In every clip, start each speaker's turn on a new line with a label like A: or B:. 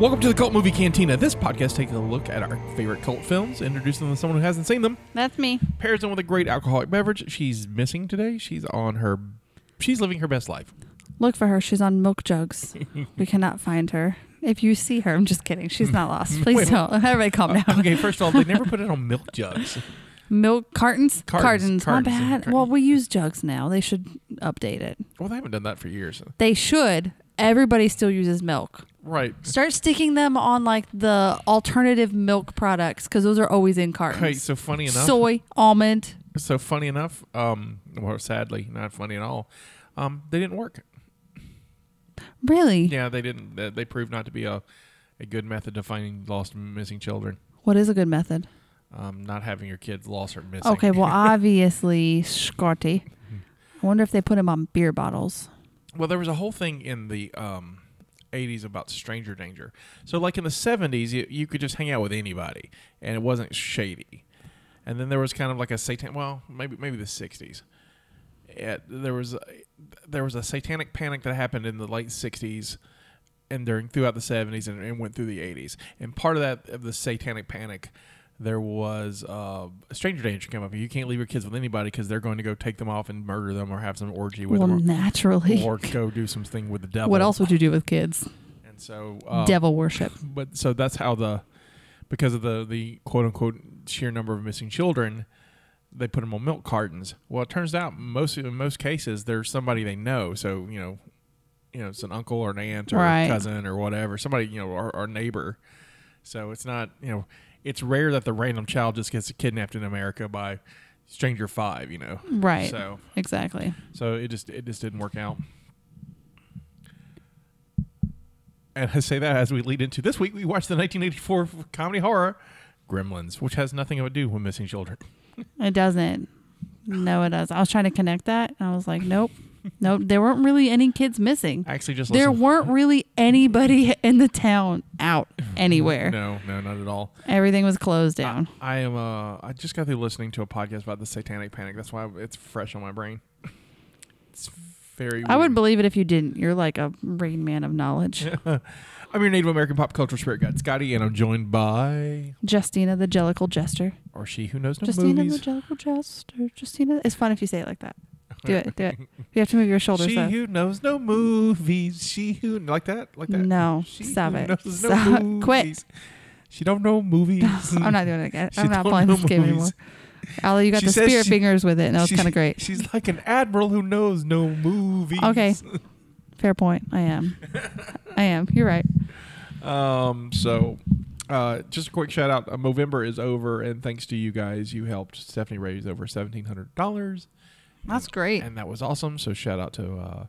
A: Welcome to the Cult Movie Cantina. This podcast takes a look at our favorite cult films, introducing them to someone who hasn't seen them,
B: That's me.
A: pairs them with a great alcoholic beverage. She's missing today. She's on her. She's living her best life.
B: Look for her. She's on milk jugs. we cannot find her. If you see her, I'm just kidding. She's not lost. Please
A: Wait.
B: don't. Everybody calm down.
A: Okay, first of all, they never put it on milk jugs.
B: Milk cartons?
A: Cartons,
B: My
A: cartons,
B: bad.
A: cartons.
B: Well, we use jugs now. They should update it.
A: Well, they haven't done that for years.
B: They should. Everybody still uses milk.
A: Right.
B: Start sticking them on like the alternative milk products because those are always in cartons.
A: Okay, so funny enough.
B: Soy, almond.
A: so funny enough, um, well, sadly, not funny at all. Um, they didn't work.
B: Really?
A: Yeah, they didn't. They, they proved not to be a, a good method to finding lost and missing children.
B: What is a good method?
A: Um, not having your kids lost or missing.
B: Okay, well, obviously, Scotty.
A: Hmm.
B: I wonder if they put them on beer bottles.
A: Well, there was a whole thing in the um, 80s about stranger danger. So, like in the 70s, you, you could just hang out with anybody, and it wasn't shady. And then there was kind of like a satan. Well, maybe maybe the 60s. Yeah, there was a, there was a satanic panic that happened in the late 60s. And during throughout the 70s and, and went through the 80s, and part of that of the satanic panic, there was uh, stranger danger came up. You can't leave your kids with anybody because they're going to go take them off and murder them or have some orgy with
B: Well,
A: them. or-
B: naturally.
A: or go do something with the devil.
B: What else would you do with kids?
A: And so, uh,
B: Devil worship.
A: But so that's how the because of the the quote unquote sheer number of missing children, they put them on milk cartons. Well, it turns out most in most cases there's somebody they know. So you know, you know, it's an uncle or an aunt or
B: Right.
A: a cousin or whatever. Somebody you know, our, our neighbor. So it's not you know, it's rare that the random child just gets kidnapped in America by stranger five. You know,
B: Right.
A: So
B: Exactly.
A: so it just it just didn't work out. And I say that as we lead into this week, we watched the 1984 f- comedy horror Gremlins, which has nothing to do with missing children.
B: It doesn't. No, it does. I was trying to connect that, and I was like, nope, nope. There weren't really any kids missing.
A: I Actually, just
B: There
A: listened-
B: weren't really anybody in the town out anywhere.
A: No, no, not at all.
B: Everything was closed down.
A: I am. Uh, I just got through listening to a podcast about the Satanic Panic. That's why it's fresh on my brain. It's very.
B: I would
A: weird.
B: believe it if you didn't. You're like a rain man of knowledge.
A: I'm your Native American pop culture spirit guide, Scotty, and I'm joined by
B: Justina the Jellicle Jester.
A: or she who knows no
B: Justina
A: movies.
B: the Jellicle Jester. Justina. It's fun if you say it like that. Do it. Do it. You have to move your shoulders
A: She
B: though.
A: who knows no movies. She who like that, like that.
B: No,
A: She
B: stop
A: who
B: it.
A: knows no
B: Stop. Quit.
A: movies. She don't know movies.
B: I'm not doing it again.
A: She
B: I'm not
A: don't
B: playing
A: know
B: this game anymore.
A: movies.
B: Ali, you got
A: She
B: the
A: says
B: spear
A: she-
B: fingers with it, and that was
A: She's-
B: kind of great.
A: She's like an admiral who knows no movies.
B: Okay. Fair point. I am. I am. You're right.
A: Um. So, uh, just a quick shout out. Uh, Movember is over, and thanks to you guys, you helped Stephanie raise over seventeen hundred dollars,
B: That's great.
A: and that was awesome. So shout out to uh,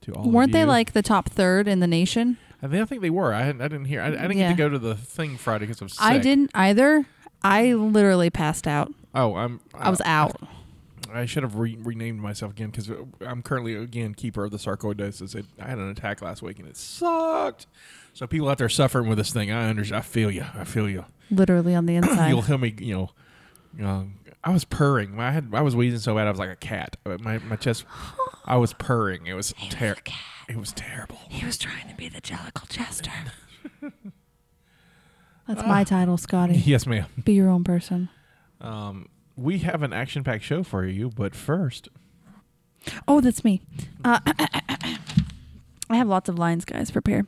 A: to all. of
B: Weren't they
A: you.
B: like the top third in the nation?
A: I, think- I think they were. I hadn't, I didn't hear. I, I didn't get
B: Yeah.
A: to go to the thing Friday because I was sick.
B: I didn't either. I literally passed out.
A: Oh, I'm.
B: I was out.
A: I should have re- renamed myself again because I'm currently again keeper of the sarcoidosis. It, I had an attack last week and it sucked. So people out there suffering with this thing, I understand. I feel you. I feel you.
B: Literally on the inside.
A: You'll hear me. You know, um, I was purring. I had I was wheezing so bad I was like a cat. Uh, My my chest. I was purring. It was terrible. It was terrible.
B: he was trying to be the Jellicle Jester. That's my title, Scotty.
A: Yes, ma'am.
B: Be your own person.
A: Um, we have an action-packed show for you, but first,
B: Oh, that's me. Uh, I have lots of lines, guys. Prepare.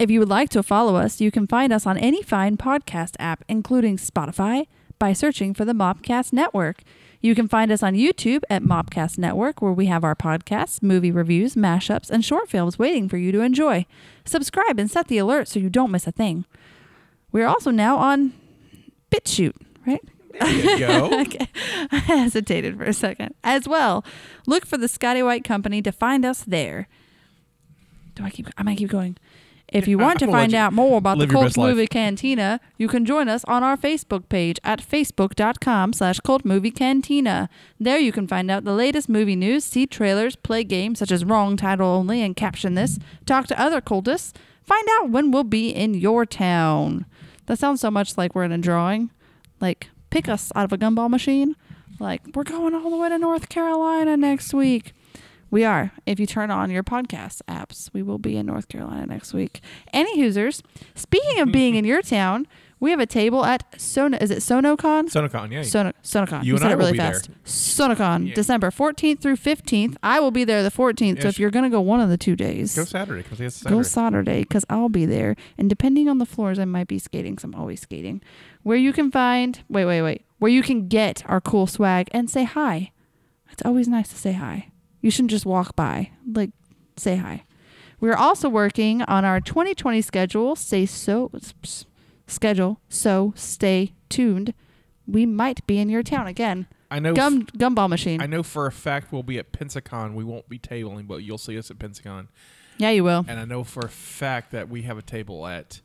B: If you would like to follow us, you can find us on any fine podcast app, including Spotify, by searching for the Mobcast Network. You can find us on YouTube at Mobcast Network, where we have our podcasts, movie reviews, mashups, and short films waiting for you to enjoy. Subscribe and set the alert so you don't miss a thing. We are also now on BitChute, right?
A: there you go.
B: okay. I hesitated for a second. As well, look for the Scotty White Company to find us there. Do I keep? I might keep going. If you
A: Yeah,
B: want to
A: I'll let
B: find
A: you
B: out more about the
A: live your
B: Cult
A: best life.
B: Movie Cantina, you can join us on our Facebook page at facebook.com slash cult movie cantina. There you can find out the latest movie news, see trailers, play games such as Wrong Title Only and Caption This, talk to other cultists, find out when we'll be in your town. That sounds so much like we're in a drawing. Like, pick us out of a gumball machine. Like, we're going all the way to North Carolina next week. We are. If you turn on your podcast apps, we will be in North Carolina next week. Any Hoosers, speaking of being in your town, we have a table at Sona. Is it SonoCon?
A: Sonocon, yeah.
B: Sono, SonoCon.
A: You and
B: said
A: I
B: it
A: will
B: really
A: be there.
B: fast. SonoCon,
A: Yeah.
B: December 14th through 15th. I will be there the 14th. So
A: Yes.
B: if you're going to go one of the two days,
A: go Saturday because it's Saturday.
B: go Saturday because I'll be there. And depending on the floors, I might be skating. So I'm always skating. Where you can find, wait, wait, wait, where you can get our cool swag and say hi. It's always nice to say hi. You shouldn't just walk by. Like, say hi. We're also working on our 2020 schedule. Stay so schedule. So stay tuned. We might be in your town again.
A: I know.
B: Gum gumball machine.
A: I know for a fact we'll be at Pensacon. We won't be tabling, but you'll see us at Pensacon.
B: yeah, you will.
A: And I know for a fact that we have a table at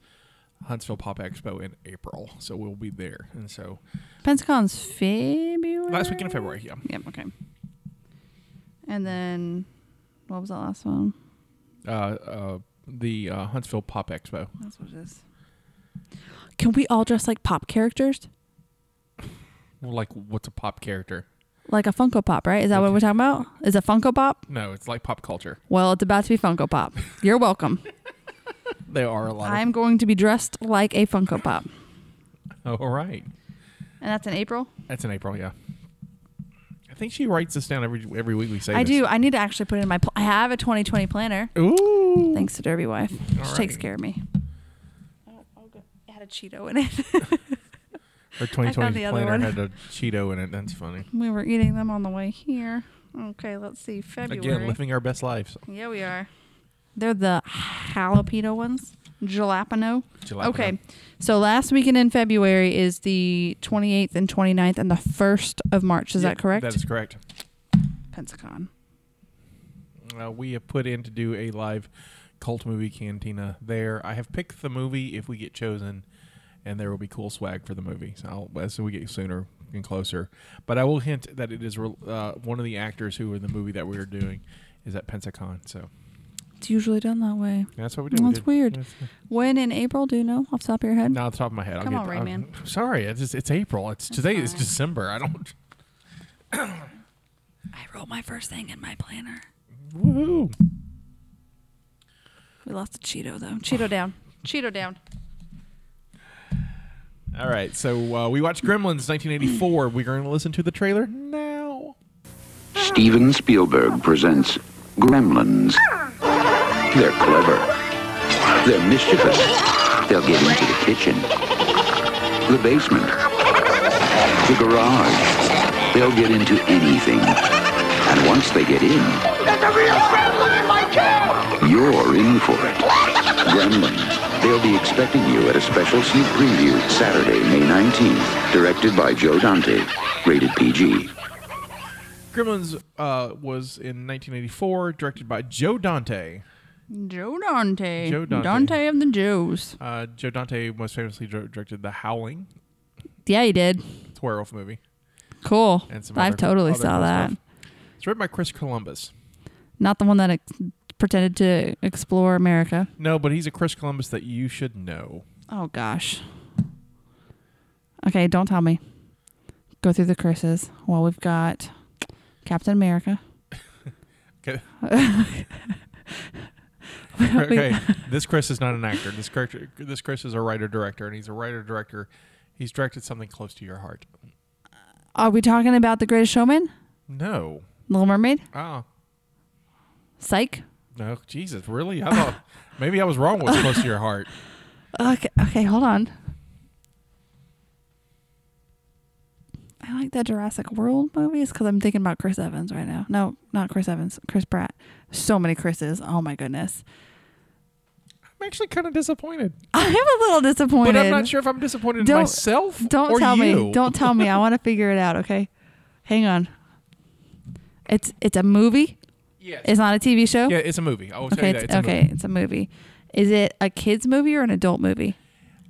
A: Huntsville Pop Expo in April, so we'll be there. And so
B: Pensacon's February.
A: last weekend of February, yeah.
B: Yep. Okay. And then, what was that last one?
A: Uh, uh, the uh, Huntsville Pop Expo.
B: That's what it is. Can we all dress like pop characters?
A: Well, like, what's a pop character?
B: Like a Funko Pop, right? Is that what we're talking about? Is it Funko Pop?
A: No, it's like pop culture.
B: Well, it's about to be Funko Pop. You're welcome.
A: They are a lot.
B: I'm going to be dressed like a Funko Pop.
A: Of, all right,
B: And that's in April?
A: that's in April. Yeah, I think she writes this down every every week. We say
B: I
A: this.
B: do. I need to actually put it in my. Pl- I have a 2020 planner.
A: Ooh,
B: Thanks to Derby Wife.
A: All
B: she
A: right.
B: takes care of me. Oh, oh, good. It had a Cheeto in it.
A: Her
B: found
A: 2020
B: the other
A: planner
B: one.
A: had a Cheeto in it. That's funny.
B: we were eating them on the way here. Okay, let's see. February.
A: Again, living our best lives.
B: Yeah, we are. They're the jalapeno ones. Jalapeno.
A: Jalapeno.
B: Okay. So last weekend in February is the 28th and 29th and the 1st of March. Is
A: Yep,
B: that correct?
A: That is correct.
B: Pensacon.
A: Uh, we have put in to do a live cult movie cantina there. I have picked the movie if we get chosen, and there will be cool swag for the movie. So I'll, as we get sooner and closer, but I will hint that it is re- uh, one of the actors who were in the movie that we are doing is at Pensacon. So
B: It's usually done that way.
A: that's what we do. We
B: That's
A: did-
B: weird.
A: Yes.
B: When in April? Do you know off the top of your head?
A: Not off the top of my head.
B: Come
A: I'll
B: on,
A: get,
B: Rayman.
A: I'm sorry, it's just, it's April. It's today. It's
B: fine.
A: December. I don't.
B: I wrote my first thing in my planner.
A: Woohoo!
B: We lost the Cheeto though. Cheeto down. Cheeto down.
A: All right, so uh, we watched Gremlins 1984. We're going to listen to the trailer now.
C: Steven Spielberg presents Gremlins. They're clever. They're mischievous. They'll get into the kitchen, the basement, the garage. They'll get into anything. And once they get in,
D: There's a real gremlin in my cab!
C: you're in for it. Gremlins. They'll be expecting you at a special sneak preview Saturday, May 19th, directed by Joe Dante, rated PG.
A: Gremlins uh, was in 1984, directed by Joe Dante.
B: Joe Dante.
A: Joe Dante.
B: Dante of the Joes.
A: Uh, Joe Dante most famously dir- directed The Howling,
B: Yeah, he did.
A: it's a werewolf movie,
B: Cool.
A: and some.
B: I
A: other-
B: totally
A: other
B: saw
A: cool
B: that.
A: stuff. It's written by Chris Columbus.
B: Not the one that ex- pretended to explore America.
A: No, but he's a Chris Columbus that you should know.
B: Oh gosh. Okay, don't tell me. Go through the curses. Well, we've got Captain America.
A: Okay. okay, this Chris is not an actor. This character, this Chris is a writer director, and he's a writer director. He's directed something close to your heart.
B: Are we talking about The Greatest Showman?
A: No.
B: Little Mermaid?
A: Ah.
B: Psych?
A: No, Jesus, really? I thought maybe I was wrong with close to your heart.
B: Okay, okay, hold on. I like that Jurassic World movies because I'm thinking about Chris Evans right now. No, not Chris Evans, Chris Pratt. So many Chris's. Oh my goodness.
A: I'm actually kind of disappointed,
B: I'm a little disappointed.
A: but I'm not sure if I'm disappointed in
B: Don't-
A: myself.
B: Don't
A: or
B: tell me.
A: you.
B: Don't tell me. I want to figure it out. Okay, hang on. It's it's a movie.
A: Yes.
B: It's not a TV show?
A: yeah, it's a movie. I will tell
B: okay,
A: you that.
B: it's,
A: It's
B: okay,
A: a movie.
B: it's a movie. Is it a kids movie or an adult movie?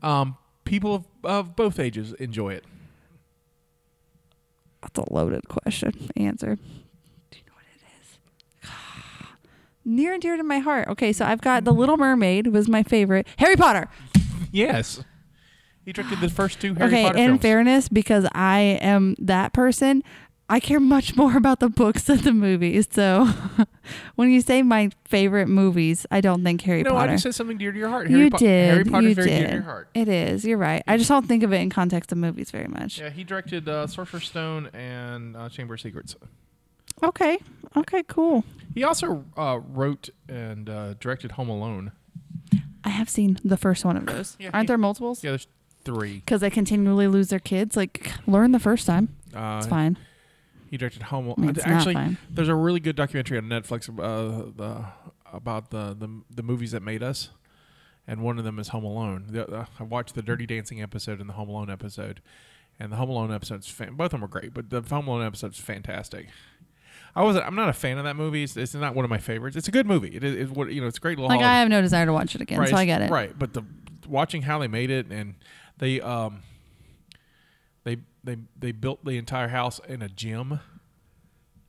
A: Um, people of, of both ages enjoy it.
B: That's a loaded question. Answer. Do you know what it is? Near and dear to my heart. Okay, so I've got The Little Mermaid was my favorite. Harry Potter.
A: Yes. He directed the first two Harry
B: okay,
A: Potter
B: in
A: films.
B: fairness, because I am that person, I care much more about the books than the movies. So when you say my favorite movies, I don't think Harry
A: you know, I
B: Potter.
A: just said something dear to your heart.
B: you
A: Harry Po-
B: did.
A: Harry Potter's
B: you
A: very
B: did.
A: dear to your heart.
B: It is. You're right. I just don't think of it in context of movies very much.
A: Yeah, he directed uh, Sorcerer's Stone and uh, Chamber of Secrets.
B: Okay. Okay. Cool.
A: He also uh, wrote and uh, directed Home Alone.
B: I have seen the first one of those.
A: Yeah,
B: Aren't
A: yeah.
B: there multiples?
A: Yeah, there's three.
B: Because they continually lose their kids. Like, learn the first time.
A: Uh,
B: It's fine.
A: He directed Home
B: mean,
A: Alone.
B: it's not
A: Actually,
B: fine.
A: there's a really good documentary on Netflix uh, the, about the, the the movies that made us, and one of them is Home Alone. The, uh, I watched the Dirty Dancing episode and the Home Alone episode, and the Home Alone episode's fan- both of them are great, but the Home Alone episode's fantastic. I wasn't. I'm not a fan of that movie. It's, it's not one of my favorites. It's a good movie. It is it's what you know. It's a great little.
B: Like,
A: holiday-
B: I have no desire to watch it again. so I
A: it's-
B: get it.
A: Right, but the watching how they made it and they um they they they built the entire house in a gym.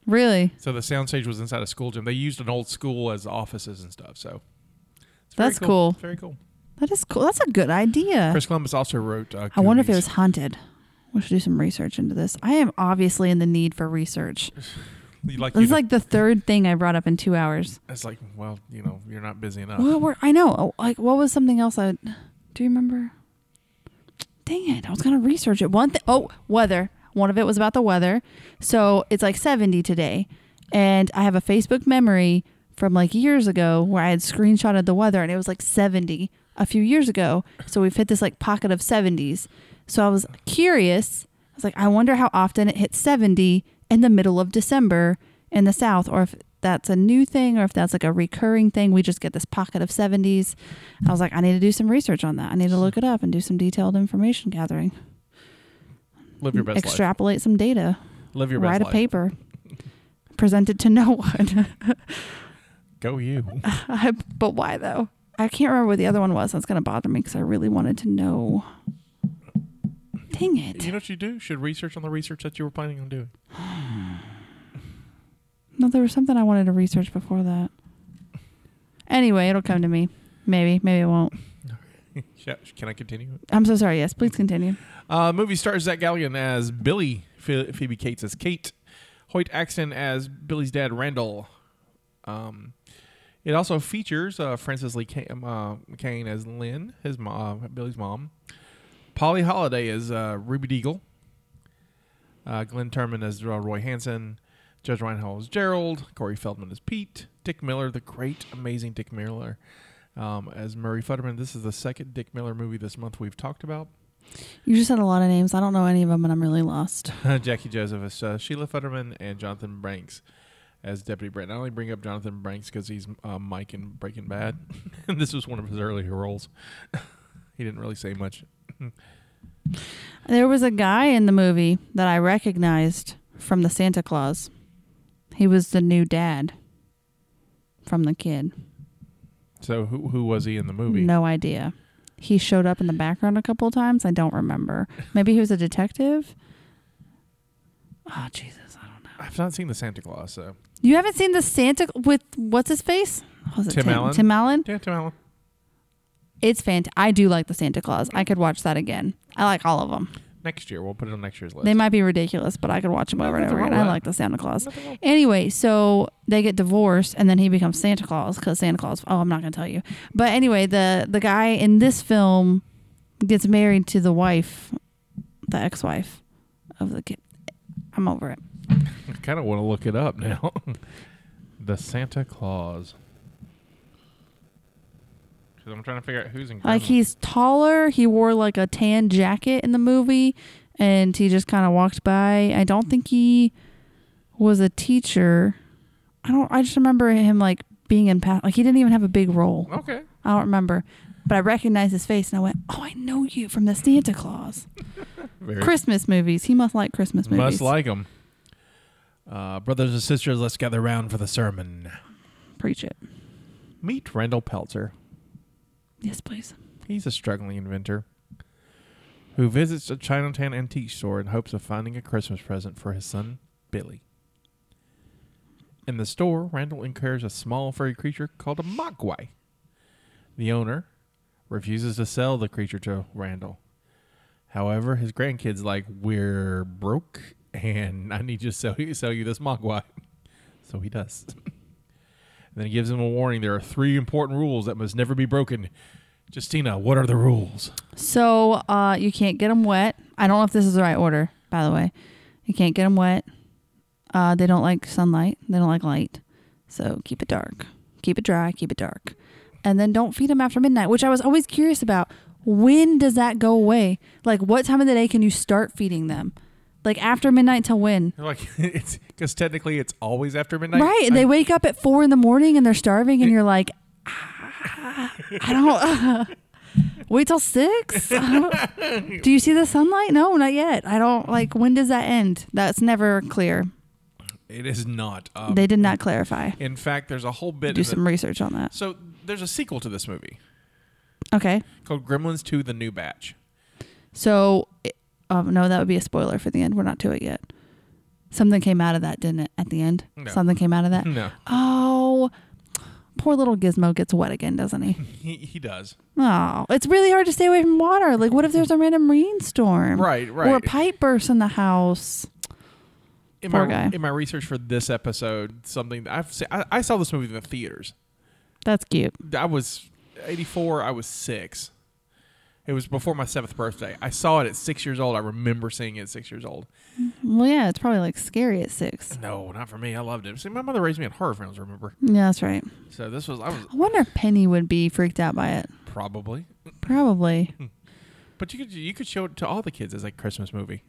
B: Really?
A: So the soundstage was inside a school gym. They used an old school as offices and stuff. So it's very
B: That's cool.
A: Very cool.
B: That is cool. That's a good idea.
A: Chris Columbus also wrote. Uh,
B: I wonder if it was
A: Goonies.
B: haunted. We should do some research into this. I am obviously in the need for research.
A: You like,
B: This
A: you
B: is
A: know,
B: like the third thing I brought up in two hours.
A: it's like well you know you're not busy enough.
B: Well, we're, I know. Oh, Like, what was something else? I do you remember? Dang it! I was gonna research it. One thing. Oh, weather. One of it was about the weather. So it's like seventy today, and I have a Facebook memory from like years ago where I had screenshotted the weather, and it was like seventy a few years ago. So we've hit this like pocket of seventies. So I was curious. I was like, I wonder how often it hits seventy in the middle of December in the South, or if that's a new thing or if that's like a recurring thing. We just get this pocket of 70s. I was like, I need to do some research on that. I need to look it up and do some detailed information gathering,
A: Live your best life.
B: extrapolate some data,
A: Live your best
B: write a
A: life.
B: paper, present it to no one.
A: Go you.
B: I, but why though? I can't remember what the other one was. That's going to bother me because I really wanted to know. Dang it.
A: you know what you do? Should research on the research that you were planning on doing.
B: No, there was something I wanted to research before that. Anyway, it'll come to me. Maybe, maybe it won't.
A: Yeah, Can I continue?
B: I'm so sorry. Yes, please continue.
A: Uh, movie stars Zach Galligan as Billy, Ph- Phoebe Cates as Kate, Hoyt Axton as Billy's dad Randall. Um, it also features uh, Frances Lee Ca- uh, McCain as Lynn, his mom, Billy's mom. Polly Holiday as uh, Ruby Deagle. Uh, Glenn Turman as uh, Roy Hansen. Judge Reinhold as Gerald. Corey Feldman as Pete. Dick Miller, the great, amazing Dick Miller, um, as Murray Futterman. This is the second Dick Miller movie this month we've talked about.
B: You just said a lot of names. I don't know any of them, and I'm really lost.
A: Jackie Joseph as uh, Sheila Futterman and Jonathan Banks as Deputy Brent. I only bring up Jonathan Banks because he's uh, Mike in Breaking Bad, and this was one of his earlier roles. he didn't really say much.
B: There was a guy in the movie that I recognized from the Santa Claus. He was the new dad from the kid.
A: So who who was he in the movie?
B: No idea. He showed up in the background a couple of times. I don't remember. Maybe he was a detective. Oh Jesus, I don't know.
A: I've not seen the Santa Claus. So
B: You haven't seen the Santa with what's his face? Was it
A: Tim Allen?
B: Tim Allen.
A: yeah, Tim Allen.
B: It's fant. I do like the Santa Claus. I could watch that again. I like all of them.
A: Next year we'll put it on next year's list.
B: They might be ridiculous, but I could watch them over and
A: nothing
B: over
A: wrong
B: again.
A: with
B: I
A: that.
B: like the Santa Claus.
A: Nothing wrong.
B: Anyway, so they get divorced, and then he becomes Santa Claus because Santa Claus. Oh, I'm not gonna tell you. But anyway, the the guy in this film gets married to the wife, the ex-wife of the kid. I'm over it.
A: I kind of want to look it up now. the Santa Claus. 'Cause I'm trying to figure out who's in.
B: Like
A: Gremlins.
B: he's taller. He wore like a tan jacket in the movie, and he just kind of walked by. I don't think he was a teacher. I don't. I just remember him like being in past. Like he didn't even have a big role.
A: okay.
B: I don't remember, but I recognized his face, and I went, "Oh, I know you from the Santa Claus
A: Very
B: Christmas movies. He must like Christmas movies.
A: Must like him. Uh, brothers and sisters, let's gather round for the sermon.
B: Preach it.
A: Meet Randall Peltzer.
B: Yes, please.
A: He's a struggling inventor who visits a Chinatown antique store in hopes of finding a Christmas present for his son, Billy. In the store, Randall encounters a small furry creature called a mogwai. The owner refuses to sell the creature to Randall. However, his grandkid's like, "We're broke, and I need you to sell you sell you this mogwai." So he does. Then he gives him a warning. There are three important rules that must never be broken. Justina, what are the rules?
B: So uh, you can't get them wet. I don't know if this is the right order, by the way. You can't get them wet. Uh, they don't like sunlight. They don't like light. So keep it dark. Keep it dry. Keep it dark. And then don't feed them after midnight, which I was always curious about. When does that go away? Like, what time of the day can you start feeding them? Like after midnight till when?
A: Like it's because technically it's always after midnight,
B: Right.
A: I-
B: They wake up at four in the morning and they're starving, and you're like, "Ah, I don't. wait till six. Do you see the sunlight? No, not yet. I don't like. When does that end? That's never clear.
A: it is not. Um,
B: They did not clarify.
A: in fact, there's a whole bit.
B: Do
A: in the-
B: some research on that.
A: so there's a sequel to this movie
B: Okay.
A: called Gremlins 2: The New Batch.
B: So, it- oh no, that would be a spoiler for the end. We're not to it yet. Something came out of that, didn't it? At the end,
A: No. Hmm.
B: something came out of that.
A: No,
B: Oh, poor little Gizmo gets wet again, doesn't he?
A: he, he does.
B: Oh, it's really hard to stay away from water. Like, what if there's a random rainstorm?
A: Right,
B: Or a
A: right.
B: pipe bursts in the house.
A: In
B: Poor
A: my
B: guy.
A: in my research for this episode, something that I've se- I, I saw this movie in the theaters.
B: That's cute.
A: I was 84. I was six. It was before my seventh birthday. I saw it at six years old. I remember seeing it at six years old.
B: Well, yeah, it's probably like scary at six.
A: No, not for me. I loved it. See, my mother raised me on horror films. Remember?
B: Yeah, that's right.
A: So this was I was
B: I wonder if Penny would be freaked out by it.
A: probably
B: Probably.
A: But you could you could show it to all the kids as a Christmas movie.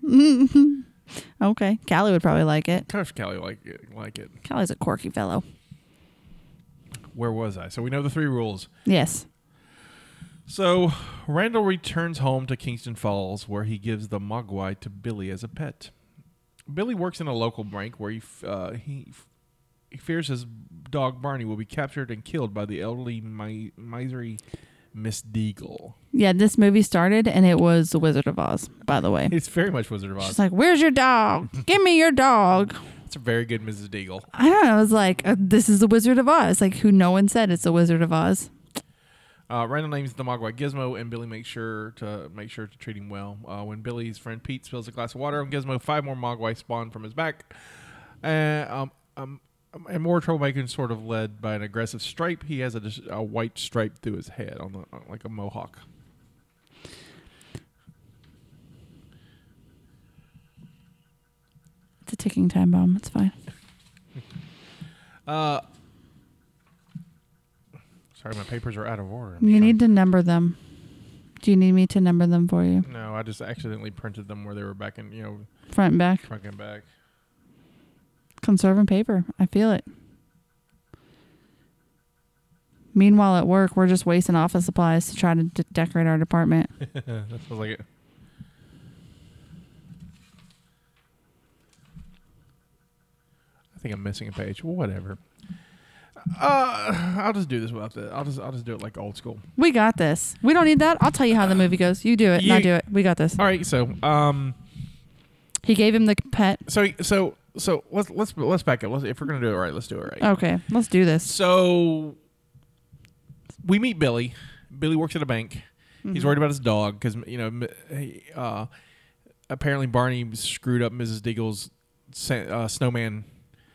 B: Okay. Callie would probably like it.
A: Gosh, Callie, like like it.
B: Callie's a quirky fellow.
A: Where was I? So we know the three rules.
B: Yes.
A: So Randall returns home to Kingston Falls, where he gives the Mogwai to Billy as a pet. Billy works in a local bank where he f- uh, he, f- he fears his dog Barney will be captured and killed by the elderly mi- miserly Miss Deagle.
B: Yeah, this movie started and it was The Wizard of Oz, by the way.
A: It's very much Wizard of Oz.
B: She's like, Where's your dog? Give me your dog.
A: It's a very good Mrs. Deagle.
B: I don't know. I was like, uh, This is The Wizard of Oz. Like, who no one said it's The Wizard of Oz.
A: Uh, Randall names the Mogwai Gizmo, and Billy makes sure to make sure to treat him well. Uh, when Billy's friend Pete spills a glass of water on Gizmo, five more Mogwai spawn from his back. Uh, um, um, um, and more troublemaking, sort of led by an aggressive stripe. He has a, dis- a white stripe through his head, on the on- like a mohawk.
B: It's a ticking time bomb. It's fine.
A: Sorry, my papers are out of order. I'm
B: You
A: trying-
B: need to number them. Do you need me to number them for you?
A: No, I just accidentally printed them where they were back in, you know,
B: Front and back.
A: front and back.
B: Conserving paper. I feel it. Meanwhile, at work, we're just wasting office supplies to try to d- decorate our department.
A: That sounds like it. I think I'm missing a page. Whatever. Uh, I'll just do this without the. I'll just I'll just do it like old school.
B: We got this. We don't need that. I'll tell you how the movie goes. You do it. and I
A: You-
B: do it. We got this.
A: All right. So um.
B: He gave him the pet.
A: So so so let's let's let's back up. Let's, if we're gonna do it right, let's do it right.
B: Okay, let's do this.
A: So we meet Billy. Billy works at a bank. He's worried about his dog because you know m- he, uh, apparently Barney screwed up Mrs. Deagle's sa- uh, snowman.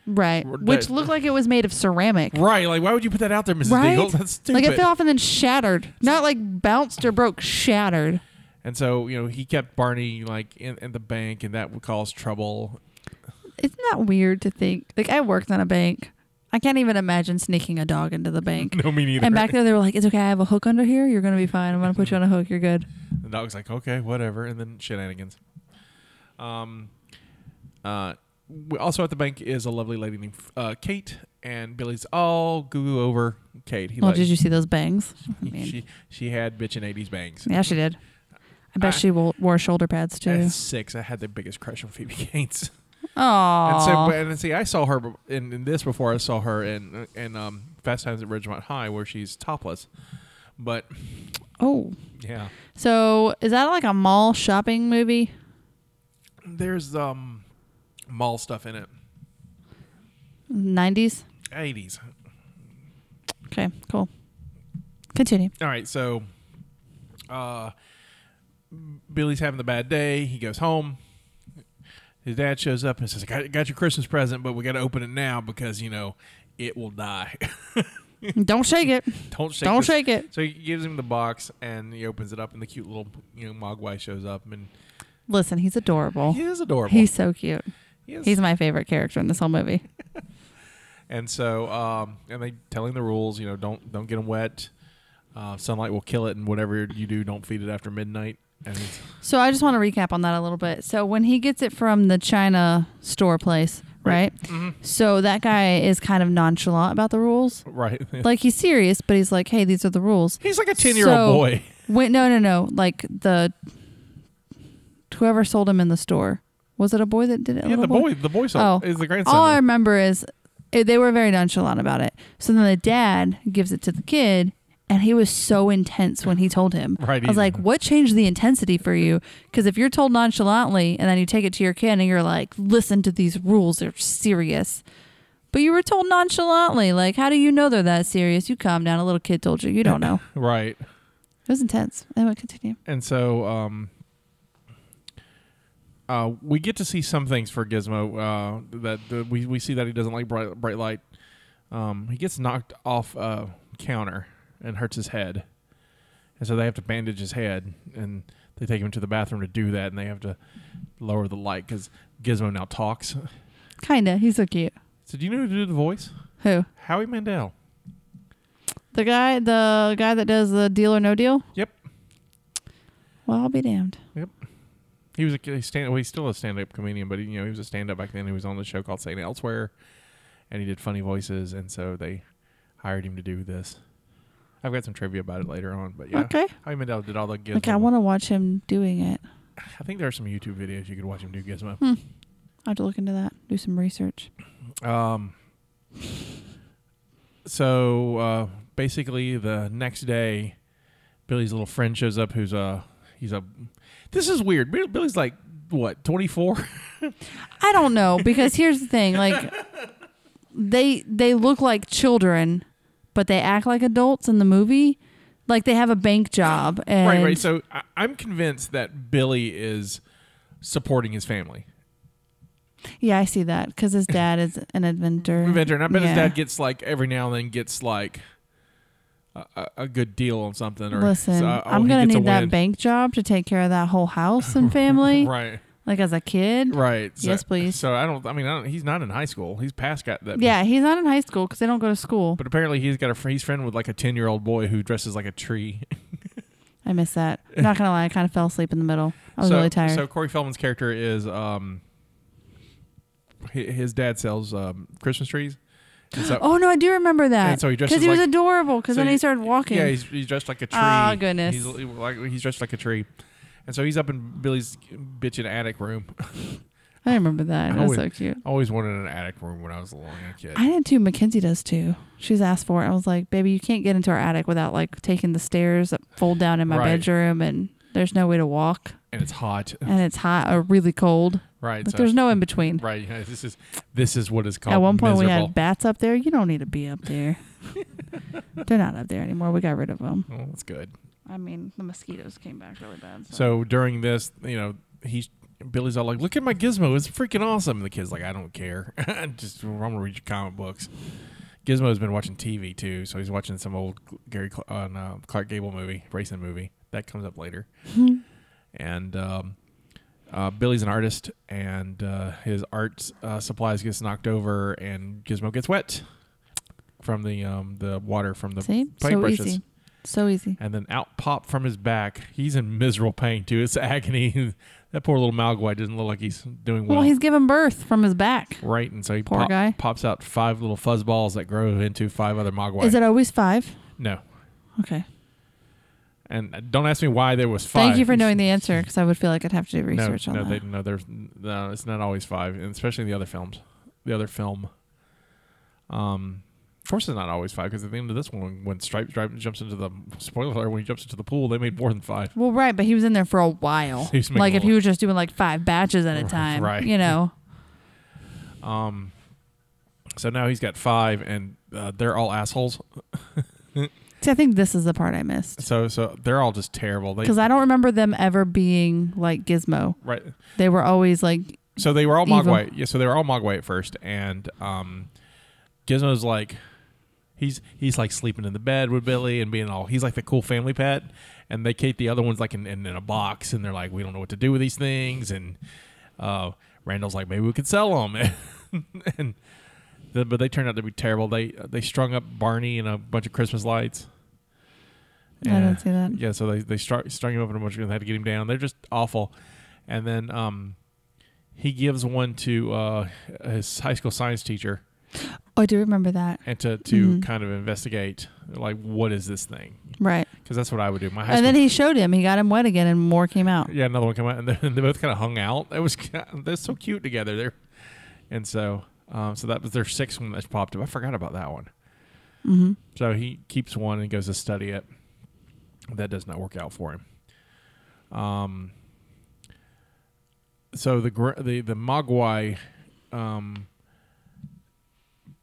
B: Right.
A: We're
B: Which
A: dead.
B: looked like it was made of ceramic.
A: Right? Like, why would you put that out there, Mrs.
B: Right?
A: Deagle? That's stupid.
B: Like it fell off and then shattered. Not like bounced or broke, shattered.
A: and so you know he kept Barney like in, in the bank, and that would cause trouble.
B: Isn't that weird to think? Like I worked on a bank. I can't even imagine sneaking a dog into the bank.
A: No, me neither.
B: And back there, they were like, "It's okay. I have a hook under here. You're gonna be fine. I'm gonna put you on a hook. You're good."
A: The dog's like, okay, whatever, and then shenanigans. Um, uh, we- also at the bank is a lovely lady named uh, Kate, and Billy's all goo goo over Kate. He
B: Well,
A: like-
B: Oh, did you see those bangs? I mean,
A: she she had bitchin' eighties bangs.
B: yeah, she did. I bet
A: I-
B: she wo- wore shoulder pads too.
A: At six, I had the biggest crush on Phoebe Gates. And
B: Aw.
A: so, and see, I saw her b- in, in this before I saw her in in um, Fast Times at Ridgemont High, where she's topless. But
B: oh.
A: yeah,
B: So is that like a mall shopping movie?
A: there's um, mall stuff in it.
B: 90s?
A: 80s.
B: Okay, cool. Continue.
A: All right, so uh, Billy's having the bad day. He goes home. His dad shows up and says, "I got, got your Christmas present, but we got to open it now because you know it will die."
B: Don't shake it.
A: Don't shake.
B: Don't
A: this.
B: shake it.
A: So he gives him the box, and he opens it up, and the cute little you know mogwai shows up, and
B: Listen, he's adorable.
A: he is adorable.
B: He's so cute.
A: He is.
B: He's my favorite character in this whole movie.
A: and so um, and they tell him the rules. You know, don't don't get him wet. Uh, sunlight will kill it, and whatever you do, don't feed it after midnight. And it's,
B: So I just want to recap on that a little bit. So when he gets it from the China store place, right?
A: Mm-hmm.
B: So that guy is kind of nonchalant about the rules.
A: right,
B: Like he's serious, but he's like, "Hey, these are the rules."
A: he's like a ten year old
B: So-
A: boy.
B: Wait, no, no, no. Like the whoever sold him in the store was it a boy that did it? A
A: Yeah,
B: little
A: the boy, Oh. the boy son is the grandson.
B: Oh. All I remember is eh, they were very nonchalant about it. So then the dad gives it to the kid, and he was so intense when he told him.
A: Right,
B: I was
A: he-
B: like, what changed the intensity for you? Because if you're told nonchalantly, and then you take it to your kid, and you're like, listen to these rules, they're serious. But you were told nonchalantly, like, how do you know they're that serious? You calm down. A little kid told you. You don't know.
A: right.
B: It was intense. Anyway, continue.
A: And so um, uh, we get to see some things for Gizmo. Uh, that that we we see that he doesn't like bright bright light. Um, he gets knocked off a counter and hurts his head, and so they have to bandage his head, and they take him to the bathroom to do that, and they have to lower the light because Gizmo now talks.
B: Kinda. He's so cute.
A: So do you know who did the voice?
B: Who?
A: Howie Mandel.
B: The guy, the guy that does the deal or no deal?
A: Yep,
B: Well, I'll be damned.
A: he was a he stand. Well, he's still a stand-up comedian, but he, you know he was a stand-up back then. He was on the show called Saying Elsewhere, and he did funny voices, and so they hired him to do this. I've got some trivia about it later on, but yeah,
B: Okay.
A: Howie Mandel did all the Gizmo.
B: Like I want to watch him doing it.
A: I think there are some YouTube videos you could watch him do Gizmo.
B: Hmm. I have to look into that, do some research.
A: Um, so uh, basically, the next day, Billy's little friend shows up. Who's a he's a. This is weird. Bill- Billy's like what twenty four.
B: I don't know because here's the thing: like they they look like children, but they act like adults in the movie. Like they have a bank job and
A: Right, right. So I, I'm convinced that Billy is supporting his family.
B: yeah, I see that because his dad is an inventor.
A: Inventor, and I bet his
B: Yeah.
A: dad gets like every now and then gets like a, a- a good deal on something. Or
B: Listen,
A: so, oh,
B: I'm
A: he
B: gonna
A: gets a
B: need that
A: win.
B: bank job to take care of that whole house and family.
A: Right,
B: Like as a kid.
A: right. So,
B: Yes, please.
A: So I don't. I mean, I don't, he's not in high school. He's past got that.
B: Yeah, he's not in high school because they don't go to school.
A: But apparently, he's got a fr- he's friend with like a ten year old boy who dresses like a tree.
B: I miss that. Not gonna lie, I kind of fell asleep in the middle. I was
A: so,
B: really tired.
A: So Corey Feldman's character is um, hi- his dad sells um, Christmas trees. And so-
B: Oh no, I do remember that.
A: And so he dresses
B: because he was
A: like-
B: adorable. Because
A: So
B: then he
A: you-
B: started walking.
A: Yeah, he's, he's dressed like a tree.
B: Oh, goodness.
A: He's li- like he's dressed like a tree, and so he's up in Billy's bitchin' attic room.
B: I remember that. It
A: I
B: was so
A: always-
B: cute.
A: I always wanted an attic room when I was a little young kid.
B: I did too. Mackenzie does too. She's asked for it. I was like, baby, you can't get into our attic without like taking the stairs that fold down in my
A: Right.
B: bedroom, and there's no way to walk,
A: and it's hot,
B: and it's hot or really cold.
A: right?
B: Like
A: so-
B: there's no in between.
A: right. you know, this is this is what is called.
B: At one point, we
A: miserable.
B: had bats up there. You don't need to be up there. They're not up there anymore. We got rid of them.
A: Oh, that's good.
B: I mean, the mosquitoes came back really bad.
A: So during this, you know, he's Billy's all like, "Look at my gizmo! It's freaking awesome!" And the kid's like, "I don't care. Just I'm gonna read your comic books." Gizmo's been watching TV too, so he's watching some old Gary Cl- on uh, Clark Gable movie, racing movie that comes up later. and um, uh, Billy's an artist, and uh, his art uh, supplies gets knocked over, and Gizmo gets wet from the um, the water from the
B: see, so
A: paintbrushes
B: easy, so easy.
A: and then out pop from his back. He's in miserable pain too. It's agony. that poor little Malguai doesn't look like he's doing well.
B: Well, he's given birth from his back.
A: right, and so he
B: Poor
A: pop-
B: guy.
A: pops out five little fuzz balls that grow into five other Mogwai.
B: Is it always five?
A: no?
B: Okay.
A: And don't ask me why there was five.
B: Thank you for knowing the answer because I would feel like I'd have to do
A: No,
B: research
A: no,
B: on
A: they,
B: that.
A: no, there's no. It's not always five, and especially in the other films. The other film. Um, of course, it's not always five because at the end of this one, when Stripe, Stripe jumps into the spoiler alert, when he jumps into the pool, they made more than five.
B: Well, right, but he was in there for a while.
A: He was making
B: like if
A: a
B: he
A: lot.
B: was just doing like five batches at a time,
A: Right.
B: You know,
A: So now he's got five, and uh, they're all assholes.
B: see, I think this is the part I missed
A: So, so they're all just terrible. They
B: because I don't remember them ever being like Gizmo.
A: right.
B: They were always like,
A: So they were all
B: Evil.
A: Mogwai. Yeah, so they were all Mogwai at first, and um, Gizmo's like, he's he's like sleeping in the bed with Billy and being all he's like the cool family pet, and they keep the other ones like in, in, in a box, and they're like, we don't know what to do with these things, and uh, Randall's like, maybe we could sell them, and the, but they turned out to be terrible. They they strung up Barney in a bunch of Christmas lights.
B: I
A: Yeah.
B: don't see that.
A: Yeah, so they they stru- strung him up in a bunch of they had to get him down. They're just awful. And then um, he gives one to uh, his high school science teacher
B: Oh, I do remember that.
A: and to, to
B: Mm-hmm.
A: kind of investigate like what is this thing
B: Right,
A: because that's what I would do. My high
B: and
A: school,
B: then he showed him. He got him wet again, and more came out.
A: yeah, another one came out and they, they both kind of hung out. It was kinda- they're so cute together there, and so um, so that was their sixth one that's popped up. I forgot about that one. Mm-hmm. So he keeps one and goes to study it. That does not work out for him. Um, so the gr- the the Mogwai, um,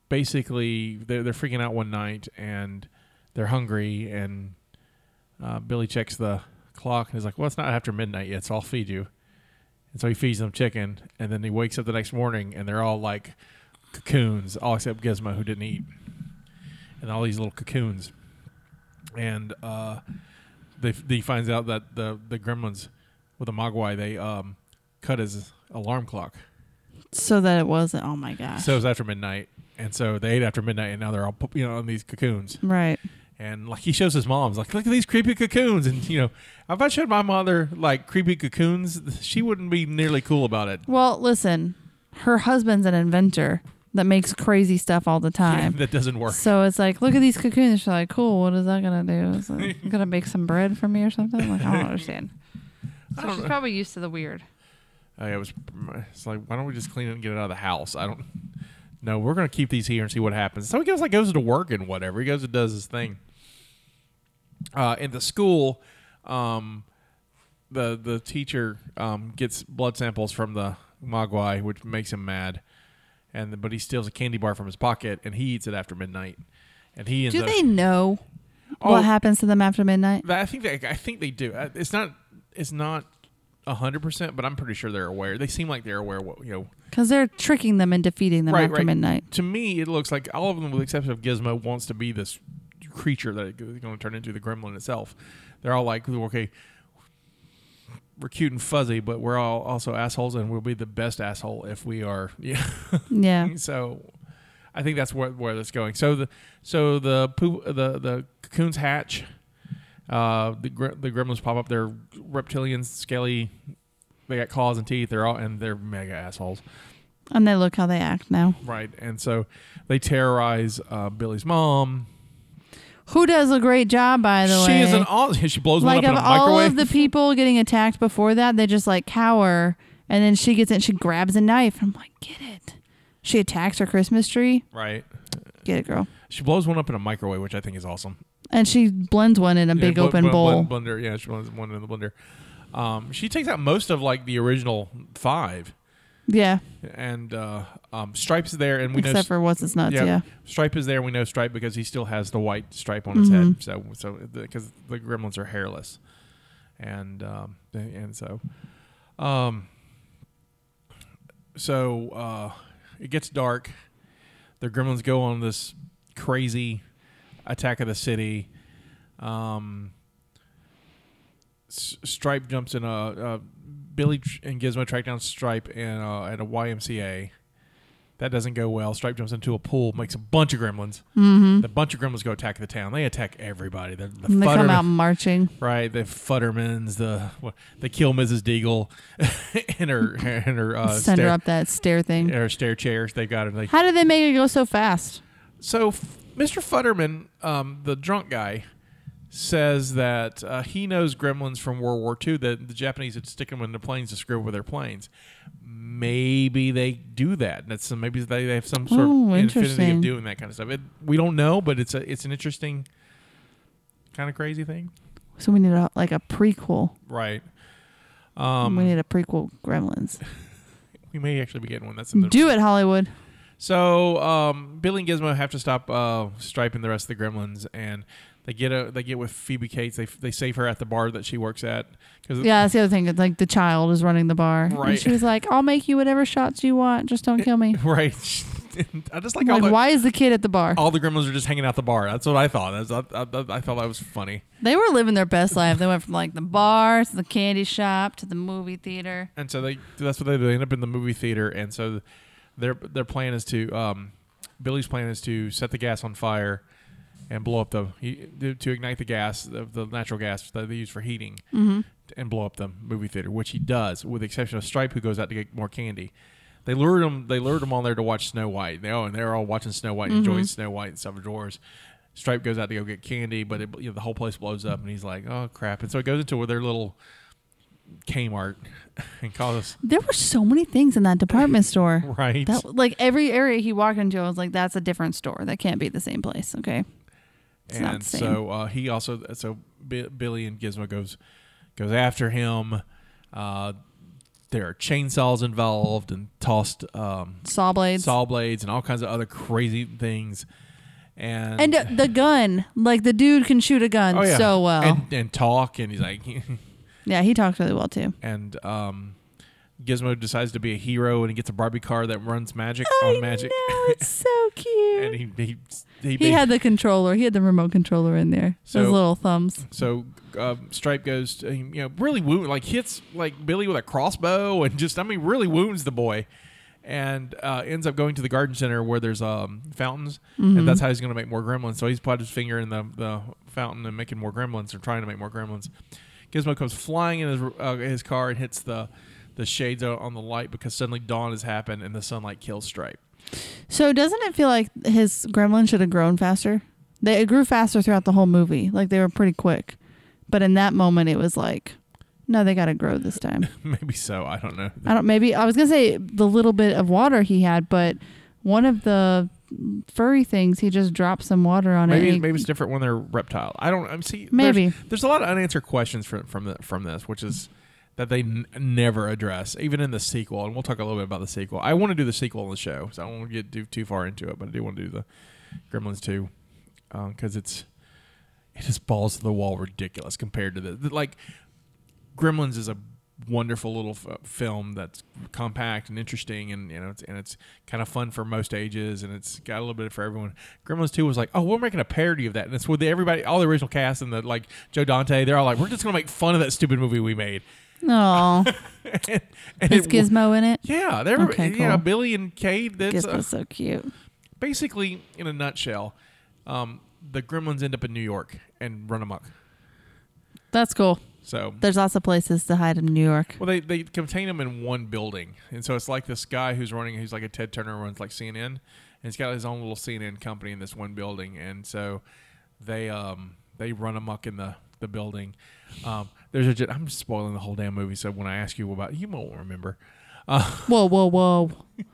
A: basically they're they're freaking out one night and they're hungry and uh, Billy checks the clock and is like, "Well, it's not after midnight yet, so I'll feed you." And so he feeds them chicken, and then he wakes up the next morning and they're all like cocoons, all except Gizmo who didn't eat, and all these little cocoons, and uh, they he finds out that the the gremlins with the Mogwai they um, cut his alarm clock.
B: So that it wasn't. Oh my gosh.
A: So it was after midnight, and so they ate after midnight, and now they're all pu- you know on these cocoons.
B: right.
A: And like he shows his mom's like, look at these creepy cocoons, and you know, if I showed my mother like creepy cocoons, she wouldn't be nearly cool about it.
B: Well, listen, her husband's an inventor that makes crazy stuff all the time.
A: that doesn't work.
B: So it's like, look at these cocoons. She's like, cool. What is that gonna do? Is it gonna make some bread for me or something? Like, I don't understand. So she's probably used to the weird.
A: I was, it's like, why don't we just clean it and get it out of the house? I don't. No, we're gonna keep these here and see what happens. So he goes like goes to work and whatever. He goes and does his thing. Uh, in the school, um, the the teacher um, gets blood samples from the Mogwai, which makes him mad. And but he steals a candy bar from his pocket and he eats it after midnight. And he ends
B: Do
A: up,
B: they know
A: Oh.
B: what happens to them after midnight?
A: But I think they, I think they do. Uh, It's not it's not hundred percent, but I'm pretty sure they're aware. They seem like they're aware. What you know,
B: Because they're tricking them and defeating them
A: right,
B: after
A: right.
B: midnight.
A: To me, it looks like all of them, with the exception of Gizmo, wants to be this creature that is going to turn into the gremlin itself. They're all like, okay, we're cute and fuzzy, but we're all also assholes, and we'll be the best asshole if we are. Yeah.
B: Yeah.
A: so, I think that's where where that's going. So the so the poo, the the cocoons hatch. Uh, the gre- the gremlins pop up. They're reptilian, scaly. They got claws and teeth. They're all and they're mega assholes.
B: And they look how they act now.
A: Right, and so they terrorize uh, Billy's mom.
B: Who does a great job, by the
A: she
B: way?
A: is an all. She blows
B: like
A: one up
B: of
A: in a
B: all
A: microwave.
B: of the people getting attacked before that, they just like cower, and then she gets it. She grabs a knife. I'm like, get it. She attacks her Christmas tree.
A: right,
B: Get it, girl.
A: she blows one up in a microwave, which I think is awesome.
B: And she blends one in a big
A: Yeah, bl-
B: open
A: bl-
B: bowl.
A: bl- blender. Yeah, she blows one in the blender. Um, she takes out most of like the original five,
B: yeah,
A: and uh, um, Stripes there, and we know
B: except for what's its nuts. Yeah.
A: Stripe is there. We know Stripe because he still has the white stripe on his
B: Mm-hmm.
A: head. So, so because the gremlins are hairless, and um, and so, um, so uh, it gets dark. The gremlins go on this crazy attack of the city. Um, S- Stripe jumps in a. Uh, Billy tr- and Gizmo track down Stripe in, uh, at a YMCA. That doesn't go well. Stripe jumps into a pool, makes a bunch of gremlins. Mm-hmm. The bunch of gremlins go attack the town. They attack everybody. The, the
B: And they come
A: Futterman-
B: out marching.
A: right? The Futtermans, the what- they kill Mrs. Deagle and her and her uh,
B: Send
A: stair,
B: her up that stair thing.
A: her stair chairs. They've got her. They,
B: How did they make it go so fast?
A: so f- Mr. Futterman, um, the drunk guy, says that uh, he knows gremlins from World War II that the Japanese had stick them in the planes to screw with their planes. Maybe they do that. That's maybe they, they have some sort
B: Oh,
A: of infinity of
B: interesting.
A: doing that kind of stuff. It, we don't know, but it's a it's an interesting kind of crazy thing,
B: So we need a, like a prequel.
A: right?
B: we
A: Mm.
B: need a prequel Gremlins.
A: We may actually be getting one. That's in the
B: Do it, Hollywood.
A: So um, Billy and Gizmo have to stop uh, striping the rest of the Gremlins, and they get a, they get with Phoebe Cates. They they save her at the bar that she works at because
B: Yeah, that's the other thing. It's like the child is running the bar.
A: Right.
B: And she was like, I'll make you whatever shots you want. Just don't kill me.
A: right. I just like,
B: Like,
A: all the
B: why is the kid at the bar?
A: all the Gremlins are just hanging out the bar. That's what I thought. That's, I, I, I thought that was funny.
B: They were living their best life. They went from like the bar to the candy shop to the movie theater.
A: And so they that's what they do. They end up in the movie theater, and so their their plan is to um, Billy's plan is to set the gas on fire and blow up the he, to ignite the gas the, the natural gas that they use for heating and blow up the movie theater, which he does with the exception of Stripe, who goes out to get more candy. They lured him. They lured him on there to watch Snow White. They, oh, and they're all watching Snow White, enjoying Snow White and stuff of drawers. Stripe goes out to go get candy, but it, you know, the whole place blows up, and he's like, "Oh crap!" And so it goes into their little Kmart and causes
B: There were so many things in that department store.
A: right.
B: That like every area he walked into, I was like, that's a different store. That can't be the same place. Okay. It's not
A: and
B: the same.
A: so uh, he also so Bi- Billy and Gizmo goes goes after him. Uh, there are chainsaws involved and tossed um,
B: Saw blades.
A: saw blades and all kinds of other crazy things. And
B: and uh, the gun. Like the dude can shoot a gun
A: oh, yeah.
B: so uh, well.
A: and, and talk and he's like
B: yeah, he talked really well too.
A: and um, Gizmo decides to be a hero and he gets a Barbie car that runs magic
B: I
A: on Oh, magic.
B: know, it's so cute.
A: and he he, he,
B: He had the controller. He had the remote controller in there.
A: So-
B: Those little thumbs.
A: So um, Stripe goes, to, you know, really wound like hits like Billy with a crossbow and just I mean really wounds the boy, and uh, ends up going to the garden center where there's um, fountains, and that's how he's going to make more gremlins. So he's put his finger in the, the fountain and making more gremlins or trying to make more gremlins. Gizmo comes flying in his uh, his car and hits the the shades o- on the light because suddenly dawn has happened and the sunlight kills Stripe.
B: So doesn't it feel like his gremlin should have grown faster? They it grew faster throughout the whole movie. Like they were pretty quick. But in that moment it was like, no, they gotta grow this time.
A: Maybe so. I don't know.
B: I don't maybe I was gonna say the little bit of water he had, but one of the furry things he just dropped some water on it.
A: Maybe
B: and
A: maybe it's different when they're reptile. I don't. I'm see.
B: Maybe.
A: there's, there's a lot of unanswered questions from from the, from this, which is that they n- never address, even in the sequel. And we'll talk a little bit about the sequel. I want to do the sequel on the show, so I don't want to get too, too far into it, but I do want to do the Gremlins two because it's it is balls to the wall ridiculous compared to the like Gremlins is a wonderful little f- uh, film that's compact and interesting and you know it's, and it's kind of fun for most ages and it's got a little bit for everyone. Gremlins 2 was like, "Oh, we're making a parody of that." And it's with everybody all the original cast and the like Joe Dante, they're all like, "We're just going to make fun of that stupid movie we made."
B: No.
A: and and
B: Is
A: it w-
B: Gizmo in it?
A: yeah, they're
B: Okay,
A: yeah,
B: cool.
A: Billy and Cade, that's uh,
B: Gizmo's so cute.
A: basically in a nutshell, um, the Gremlins end up in New York and run amok.
B: That's cool.
A: So
B: There's lots of places to hide in New York.
A: Well, they, they contain them in one building, and so it's like this guy who's running, who's like a Ted Turner, runs like CNN, and he's got his own little CNN company in this one building, and so they um they run amok in the the building. Um, there's a gen- I'm spoiling the whole damn movie, so when I ask you about, you won't remember.
B: Whoa, whoa, whoa.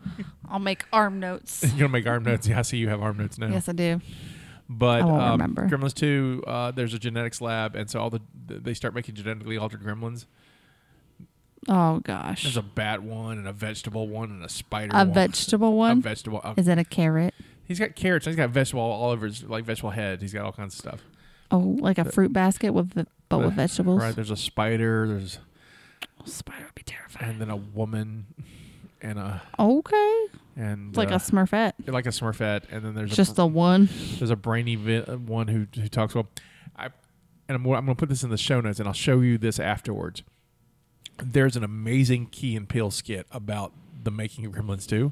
B: I'll make arm notes.
A: You're gonna make arm notes. Yeah, I see you have arm notes now.
B: Yes, I do.
A: But
B: I won't
A: um,
B: remember.
A: Gremlins Two, uh, there's a genetics lab, and so all the they start making genetically altered gremlins.
B: Oh gosh.
A: There's a bat one, and a vegetable one, and a spider.
B: a
A: one.
B: vegetable
A: A
B: one.
A: vegetable. a
B: Is it a carrot?
A: He's got carrots. He's got vegetable all over his like vegetable head. He's got all kinds of stuff.
B: Oh, like a fruit basket with the, but Oh, with
A: Uh,
B: vegetables.
A: Right. There's a spider. There's
B: Oh, spider would be terrifying.
A: and then a woman, and a
B: Okay.
A: and
B: It's like
A: uh,
B: a Smurfette.
A: like a Smurfette. And then there's
B: Just
A: a,
B: the one.
A: there's a brainy vi- uh, one who who talks well. I and I'm, I'm gonna put this in the show notes, and I'll show you this afterwards. There's an amazing Key and Peele skit about the making of Gremlins 2.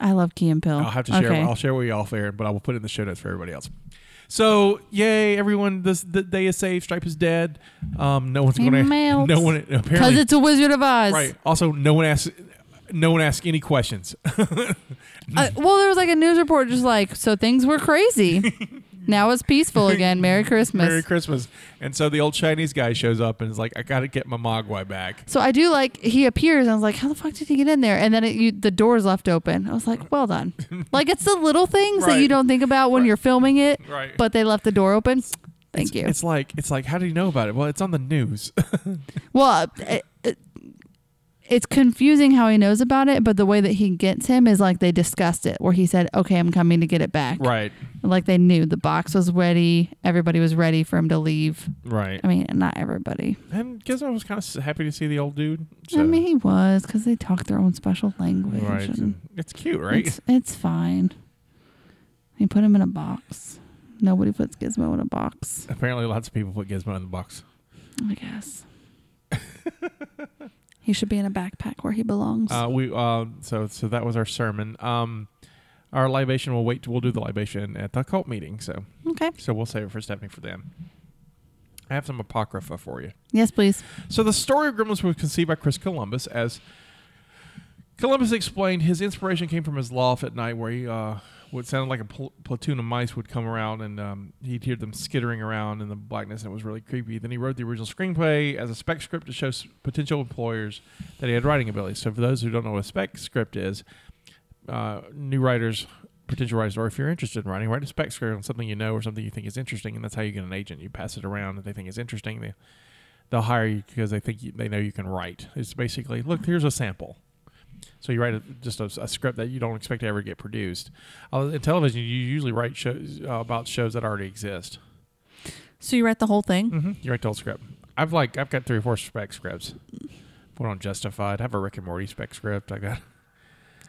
B: I love Key and Pill.
A: I'll have to share. I'll share with you off air, but I will put it in the show notes for everybody else. So, yay, everyone! This the day is saved. Stripe is dead. Um, no one's
B: He
A: going to.
B: melts.
A: No one
B: Because
A: apparently.
B: it's a Wizard of Oz.
A: right. Also, no one asks. No one asks any questions.
B: Uh, well, there was like a news report just like, so things were crazy. Now it's peaceful again. Merry Christmas.
A: Merry Christmas. And so the old Chinese guy shows up and is like, I got to get my Mogwai back.
B: so I do like he appears. And I was like, how the fuck did he get in there? And then it, you, the door's left open. I was like, well done. like it's the little things that you
A: Right.
B: don't think about when
A: Right.
B: you're filming it.
A: Right.
B: But they left the door open. Thank you.
A: It's like, it's like, how do you know about it? Well, it's on the news.
B: Well, uh, it, it, it's confusing how he knows about it, but the way that he gets him is like they discussed it, where he said, "Okay, I'm coming to get it back."
A: right.
B: Like they knew the box was ready, everybody was ready for him to leave.
A: Right.
B: I mean, not everybody.
A: And Gizmo was kind of happy to see the old dude.
B: I
A: so-
B: mean, he was because they talk their own special language.
A: right.
B: and
A: It's cute, right?
B: It's, it's fine. He put him in a box. Nobody puts Gizmo in a box,
A: Apparently, lots of people put Gizmo in the box.
B: I guess. he should be in a backpack where he belongs.
A: Uh, we uh, so so that was our sermon. Um, our libation. We'll wait. We'll do the libation at the cult meeting. So
B: okay.
A: so we'll save it for Stephanie for them. I have some apocrypha for you.
B: Yes, please.
A: So the story of Gremlins was conceived by Chris Columbus as Columbus explained his inspiration came from his loft at night where he, uh, what sounded like a pl- platoon of mice would come around and um, he'd hear them skittering around in the blackness and it was really creepy. Then he wrote the original screenplay as a spec script to show s- potential employers that he had writing ability. So for those who don't know what a spec script is, uh, new writers, potential writers, or if you're interested in writing, write a spec script on something you know or something you think is interesting, and that's how you get an agent. You pass it around if they think it's interesting. They, they'll hire you because they think you, they know you can write. It's basically, look, here's a sample. So you write a, just a, a script that you don't expect to ever get produced. Uh, in television, you usually write shows uh, about shows that already exist.
B: So you write the whole thing?
A: hmm You write the whole script. I've like I've got three or four spec scripts. Put on Justified. I have a Rick and Morty spec script. I got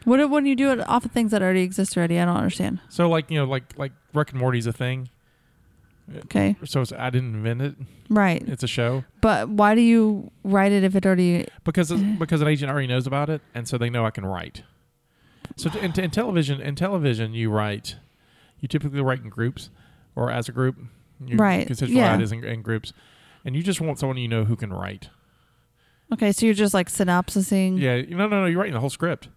B: What do- when you do it off of things that already exist already? I don't understand.
A: so like you know like like Rick and Morty's a thing.
B: Okay,
A: So it's, I didn't invent it.
B: right.
A: It's a show
B: but why do you write it if it already?
A: because
B: Eh.
A: because an agent already knows about it, and so they know I can write. So t- in, in television, in television, you write, you typically write in groups or as a group. You
B: Right,
A: Conceptualize
B: yeah.
A: it as in, in groups, and you just want someone you know who can write.
B: Okay, so you're just like synopsising.
A: Yeah. No, no, no. You're writing the whole script.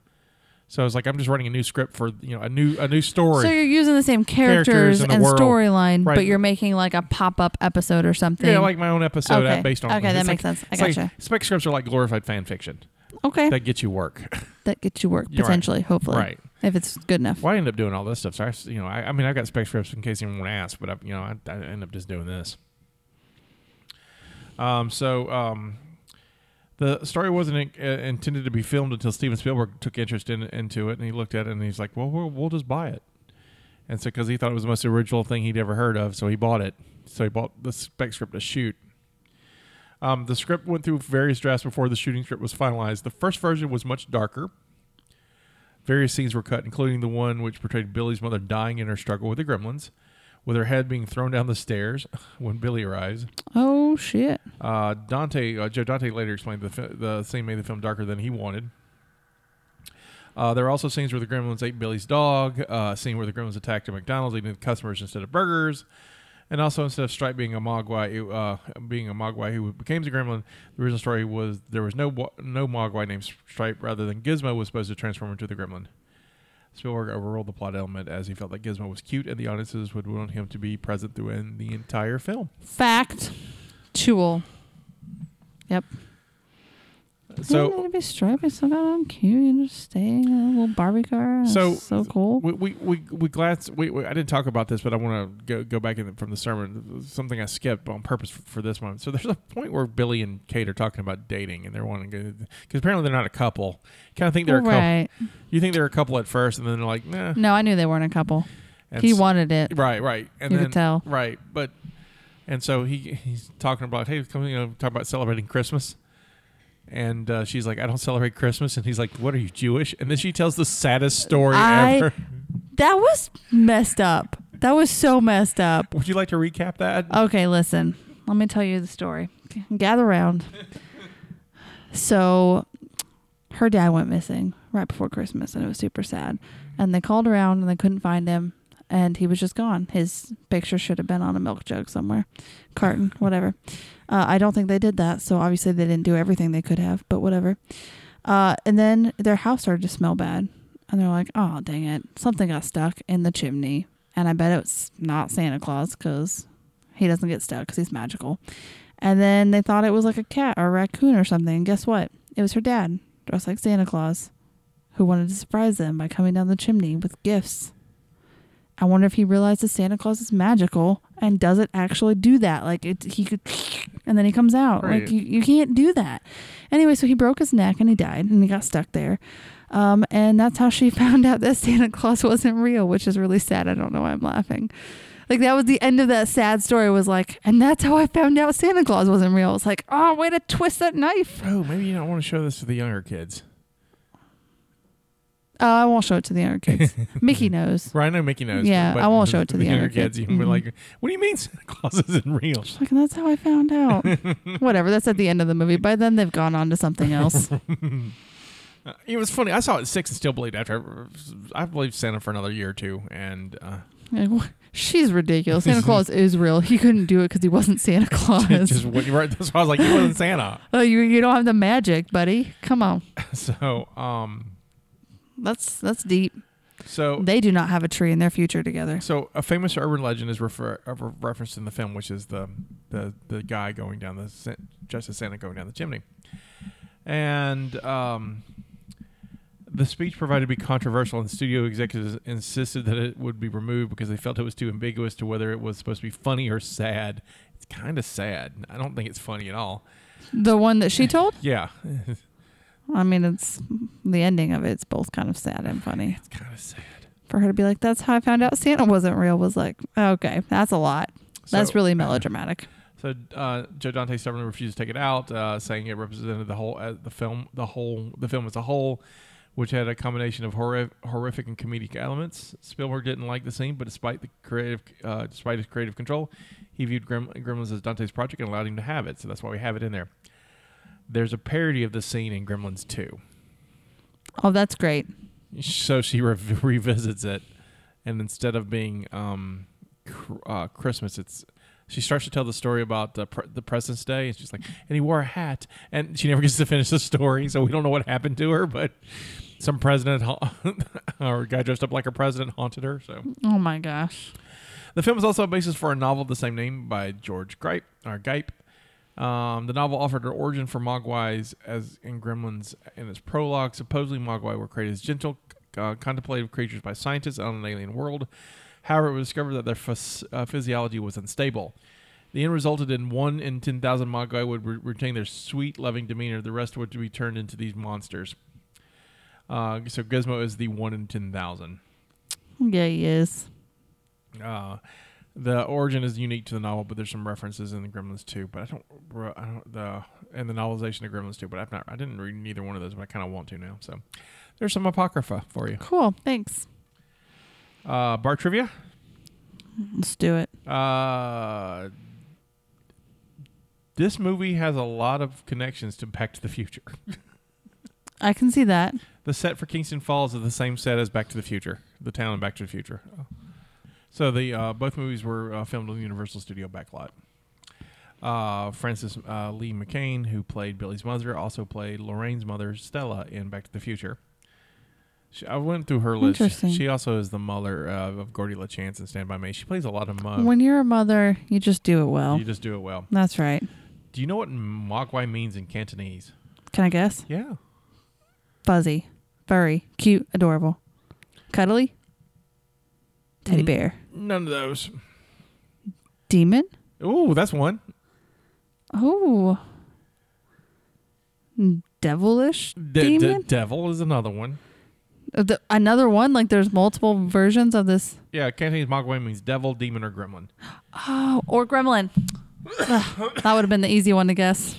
A: So it's like I'm just writing a new script for you know a new a new story.
B: So you're using the same characters,
A: Characters and the
B: and
A: world.
B: storyline,
A: Right.
B: but you're making like a pop up episode or something.
A: yeah, like my own episode uh,
B: Okay.
A: based on.
B: Okay,
A: it's
B: that
A: like-
B: makes sense. I
A: it's like-
B: gotcha.
A: spec scripts are like glorified fan fiction
B: okay,
A: that get you work.
B: that gets you work
A: You're right.
B: potentially, hopefully,
A: Right.
B: If it's good enough.
A: Well, I end up doing all this stuff. So I, s- you know, I, I mean, I've got spec scripts in case anyone asks, but I, you know, I, I end up just doing this. Um, so um, the story wasn't in, uh, intended to be filmed until Steven Spielberg took interest in into it, and he looked at it and he's like, "Well, we'll, we'll just buy it." And so, because he thought it was the most original thing he'd ever heard of, so he bought it. So he bought the spec script to shoot. Um, the script went through various drafts before the shooting script was finalized. The first version was much darker. Various scenes were cut, including the one which portrayed Billy's mother dying in her struggle with the gremlins, with her head being thrown down the stairs when Billy arrives.
B: Oh shit!
A: Uh, Dante uh, Joe Dante later explained the fi- the scene made the film darker than he wanted. Uh, there are also scenes where the gremlins ate Billy's dog, uh, a scene where the gremlins attacked a McDonald's eating customers instead of burgers, and also instead of Stripe being a Mogwai, it, uh, being a Mogwai who became the gremlin, the original story was there was no wa- no Mogwai named Stripe, rather than Gizmo was supposed to transform into the gremlin. Spielberg overruled the plot element as he felt that Gizmo was cute and the audiences would want him to be present throughout the entire film.
B: Fact, tool. Yep.
A: So.
B: Doesn't need to be striped. It's so goddamn cute. You just stay in a little Barbie car. It's
A: So-
B: so cool.
A: we we we, we glad we, we I didn't talk about this, but I want to go go back in from the sermon. Something I skipped on purpose for, for this one. So there's a point where Billy and Kate are talking about dating, and they're wanting to because apparently they're not a couple. Kind of think they're a couple.
B: right?
A: You think they're a couple at first, and then they're like, nah.
B: No, I knew they weren't a couple.
A: And
B: he
A: s-
B: wanted it.
A: Right, right. And
B: You
A: then,
B: could tell.
A: Right, but and so he he's talking about hey, come you know talk about celebrating Christmas. And uh, she's like, I don't celebrate Christmas. And he's like, What are you Jewish? And then she tells the saddest story
B: I-
A: ever.
B: That was messed up. That was so messed up.
A: Would you like to recap that?
B: Okay, listen. Let me tell you the story. Gather round. So her dad went missing right before Christmas and it was super sad. And they called around and they couldn't find him and he was just gone. His picture should have been on a milk jug somewhere, carton, whatever. Uh, I don't think they did that. So obviously they didn't do everything they could have, but whatever. Uh, and then their house started to smell bad. And they're like, oh, dang it. Something got stuck in the chimney and I bet it's not Santa Claus because he doesn't get stuck because he's magical. And then they thought it was like a cat or a raccoon or something. And guess what? It was her dad, dressed like Santa Claus, who wanted to surprise them by coming down the chimney with gifts. I wonder if he realizes Santa Claus is magical and doesn't actually do that. Like it, he could, and then he comes out.
A: Right.
B: Like you, you can't do that. Anyway, so he broke his neck and he died and he got stuck there. Um, and that's how she found out that Santa Claus wasn't real, which is really sad. I don't know why I'm laughing. Like that was the end of that sad story. Was like, and that's how I found out Santa Claus wasn't real. It's like, oh, way to twist that knife.
A: Oh, maybe you don't want to show this to the younger kids.
B: Uh, I won't show it to the younger kids. Mickey knows.
A: Right, I know Mickey knows.
B: Yeah, I won't show it to the
A: younger
B: younger Mm-hmm. kid.
A: kids. You can be like, "What do you mean Santa Claus isn't real?"
B: Like, and that's how I found out. Whatever. That's at the end of the movie. By then, they've gone on to something else.
A: Uh, It was funny. I saw it at six and still believed after. I believed Santa for another year or two, and uh,
B: Like, wha- She's ridiculous. Santa Claus is real. He couldn't do it because he wasn't Santa Claus.
A: just what you were. That's why I was like, "You wasn't Santa."
B: oh, you, you don't have the magic, buddy. Come on.
A: So, um,
B: That's that's deep.
A: so
B: They do not have a tree in their future together.
A: So a famous urban legend is refer- uh, re- referenced in the film, which is the the, the guy going down the sa- Justice Santa going down the chimney, and um, the speech provided to be controversial, and studio executives insisted that it would be removed because they felt it was too ambiguous to whether it was supposed to be funny or sad. It's kind of sad. I don't think it's funny at all.
B: The one that she told?
A: Yeah,
B: I mean, it's the ending of it. It's both kind of sad and funny.
A: it's kind of sad.
B: For her to be like, that's how I found out Santa wasn't real was like, okay, that's a lot. that's
A: So-
B: really melodramatic.
A: So uh, Joe Dante stubbornly refused to take it out, uh, saying it represented the whole uh, the film the whole the film as a whole, which had a combination of horri- horrific and comedic elements. Spielberg didn't like the scene, but despite the creative uh, despite his creative control, he viewed Grim- Gremlins as Dante's project and allowed him to have it. So that's why we have it in there. There's a parody of the scene in Gremlins 2.
B: Oh, that's great.
A: So she rev revisits it, and instead of being um, cr- uh, Christmas, it's she starts to tell the story about the, pre- the President's Day, and she's like, and he wore a hat, and she never gets to finish the story, so we don't know what happened to her, but some president ha- or a guy dressed up like a president haunted her. So
B: Oh my gosh.
A: the film is also a basis for a novel of the same name by George Gripe or Gipe. Um, the novel offered an origin for Mogwais as in Gremlins in its prologue. Supposedly, Mogwai were created as gentle, uh, contemplative creatures by scientists on an alien world. However, it was discovered that their phys- uh, physiology was unstable. The end resulted in one in 10,000 Mogwai would re- retain their sweet, loving demeanor. The rest would be turned into these monsters. Uh, so Gizmo is the one in 10,000.
B: Yeah, he is.
A: Uh, the origin is unique to the novel, but there's some references in the Gremlins too. But I don't, re- I don't the and the novelization of Gremlins too. But I've not, I didn't read neither one of those, but I kind of want to now. So there's some apocrypha for you.
B: Cool. Thanks.
A: Uh, bar trivia.
B: Let's do it.
A: Uh, this movie has a lot of connections to Back to the Future.
B: I can see that.
A: The set for Kingston Falls is the same set as Back to the Future, the town in Back to the Future. So the uh, both movies were uh, filmed on the Universal Studio backlot. Uh, Francis uh, Lee McCain, who played Billy's mother, also played Lorraine's mother, Stella, in Back to the Future. She, I went through her list.
B: Interesting.
A: She also is the mother uh, of Gordy LaChance in Stand By Me. She plays a lot of mug.
B: when you're a mother, you just do it well.
A: Uh, you just do it well.
B: That's right.
A: Do you know what Mogwai means in Cantonese?
B: Can I guess?
A: Yeah.
B: Fuzzy, furry, cute, adorable, cuddly, teddy
A: Mm.
B: bear,
A: None of those.
B: demon.
A: Ooh, that's one.
B: Oh, devilish
A: De- de-
B: demon.
A: devil is another one.
B: Uh, the- another one. Like there's multiple versions of this.
A: Yeah, Cantonese Mogwai means devil, demon, or gremlin.
B: Oh, or gremlin. Ugh, that would have been the easy one to guess.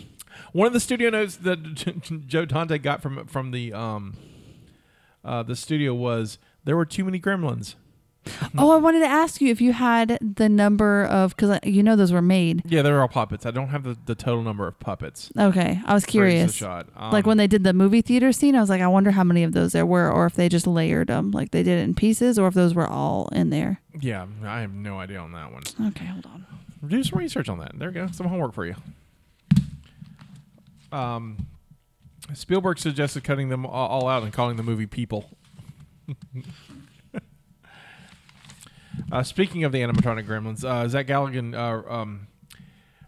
A: One of the studio notes that Joe Dante got from from the um, uh, the studio was there were too many gremlins.
B: Oh, I wanted to ask you if you had the number of because you know those were made.
A: Yeah, they're all puppets. I don't have the, the total number of puppets.
B: Okay, I was
A: Praise the
B: curious.
A: shot.
B: like
A: Um,
B: when they did the movie theater scene, I was like, I wonder how many of those there were, or if they just layered them, like they did it in pieces, or if those were all in there.
A: Yeah, I have no idea on that one.
B: Okay, hold on.
A: Do some research on that. There you go. Some homework for you. Um, Spielberg suggested cutting them a- all out and calling the movie People. Uh, speaking of the animatronic gremlins, uh, Zach Galligan uh, um,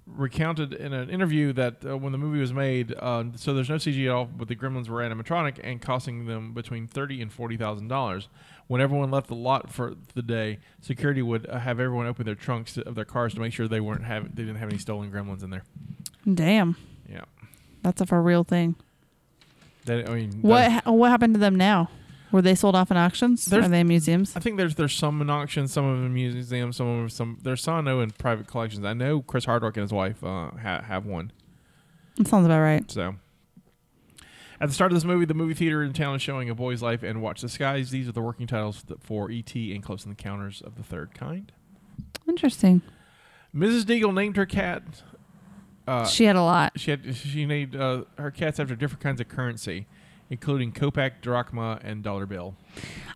A: recounted in an interview that uh, when the movie was made, uh, so there's no CG at all, but the gremlins were animatronic and costing them between thirty and forty thousand dollars. When everyone left the lot for the day, security would uh, have everyone open their trunks of their cars to make sure they weren't have they didn't have any stolen gremlins in there.
B: Damn,
A: Yeah,
B: that's a for real thing.
A: that, I mean,
B: What
A: that-
B: ha- what happened to them now? Were they sold off in auctions?
A: There's-
B: Are they in museums?
A: I think there's there's some in auctions, some of them in museums, some of them some there's some I know in private collections. I know Chris Hardrock and his wife uh, ha- have one.
B: That sounds about right.
A: So at the start of this movie, the movie theater in town is showing A Boy's Life and Watch the Skies. These are the working titles th- for E.T. and Close Encounters of the Third Kind.
B: Interesting.
A: Mrs. Deagle named her cat. Uh,
B: she had a lot.
A: she had she named uh, her cats after different kinds of currency, including kopeck, drachma, and dollar bill.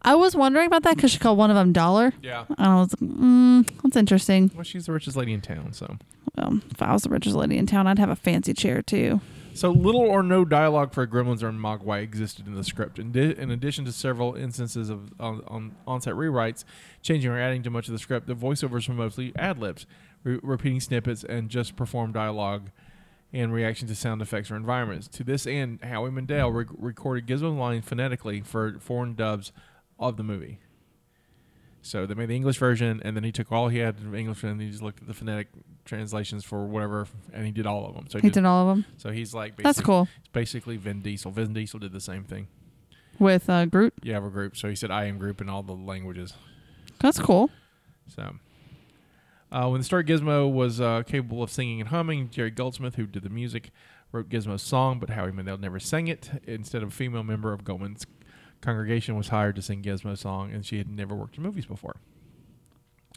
B: I was wondering about that because she called one of them dollar.
A: Yeah.
B: And I was like, mm, that's interesting.
A: Well, she's the richest lady in town, so.
B: Well, if I was the richest lady in town, I'd have a fancy chair too.
A: So little or no dialogue for Gremlins or Mogwai existed in the script. In, di- in addition to several instances of on, on, on-set rewrites, changing or adding to much of the script, the voiceovers were mostly ad-libs, re- repeating snippets and just performed dialogue in reaction to sound effects or environments. To this end, Howie Mandel re- recorded Gizmo lines phonetically for foreign dubs of the movie. So they made the English version, and then he took all he had in English, and he just looked at the phonetic translations for whatever, and he did all of them. So he,
B: He
A: did
B: did all of them
A: so he's like
B: That's
A: basic-
B: cool.
A: It's basically Vin Diesel. Vin Diesel did the same thing.
B: with uh, Groot.
A: You have a group. So he said I am group in all the languages.
B: That's cool.
A: So uh, when the star Gizmo was uh, capable of singing and humming, Jerry Goldsmith, who did the music, wrote Gizmo's song, but Howie Mandel never sang it. Instead, a female member of Goldman's congregation was hired to sing Gizmo's song, and she had never worked in movies before.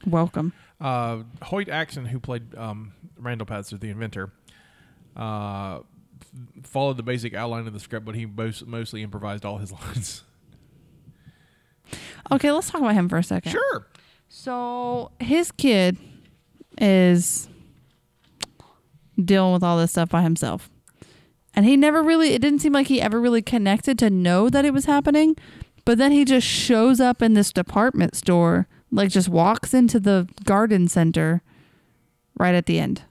B: Welcome.
A: Uh, Hoyt Axon, who played um, Randall Patzer, the inventor, uh, f- followed the basic outline of the script, but he most, mostly improvised all his lines.
B: Okay, let's talk about him for a second.
A: Sure.
B: So his kid is dealing with all this stuff by himself. And he never really, it didn't seem like he ever really connected to know that it was happening. But then he just shows up in this department store, like just walks into the garden center right at the end.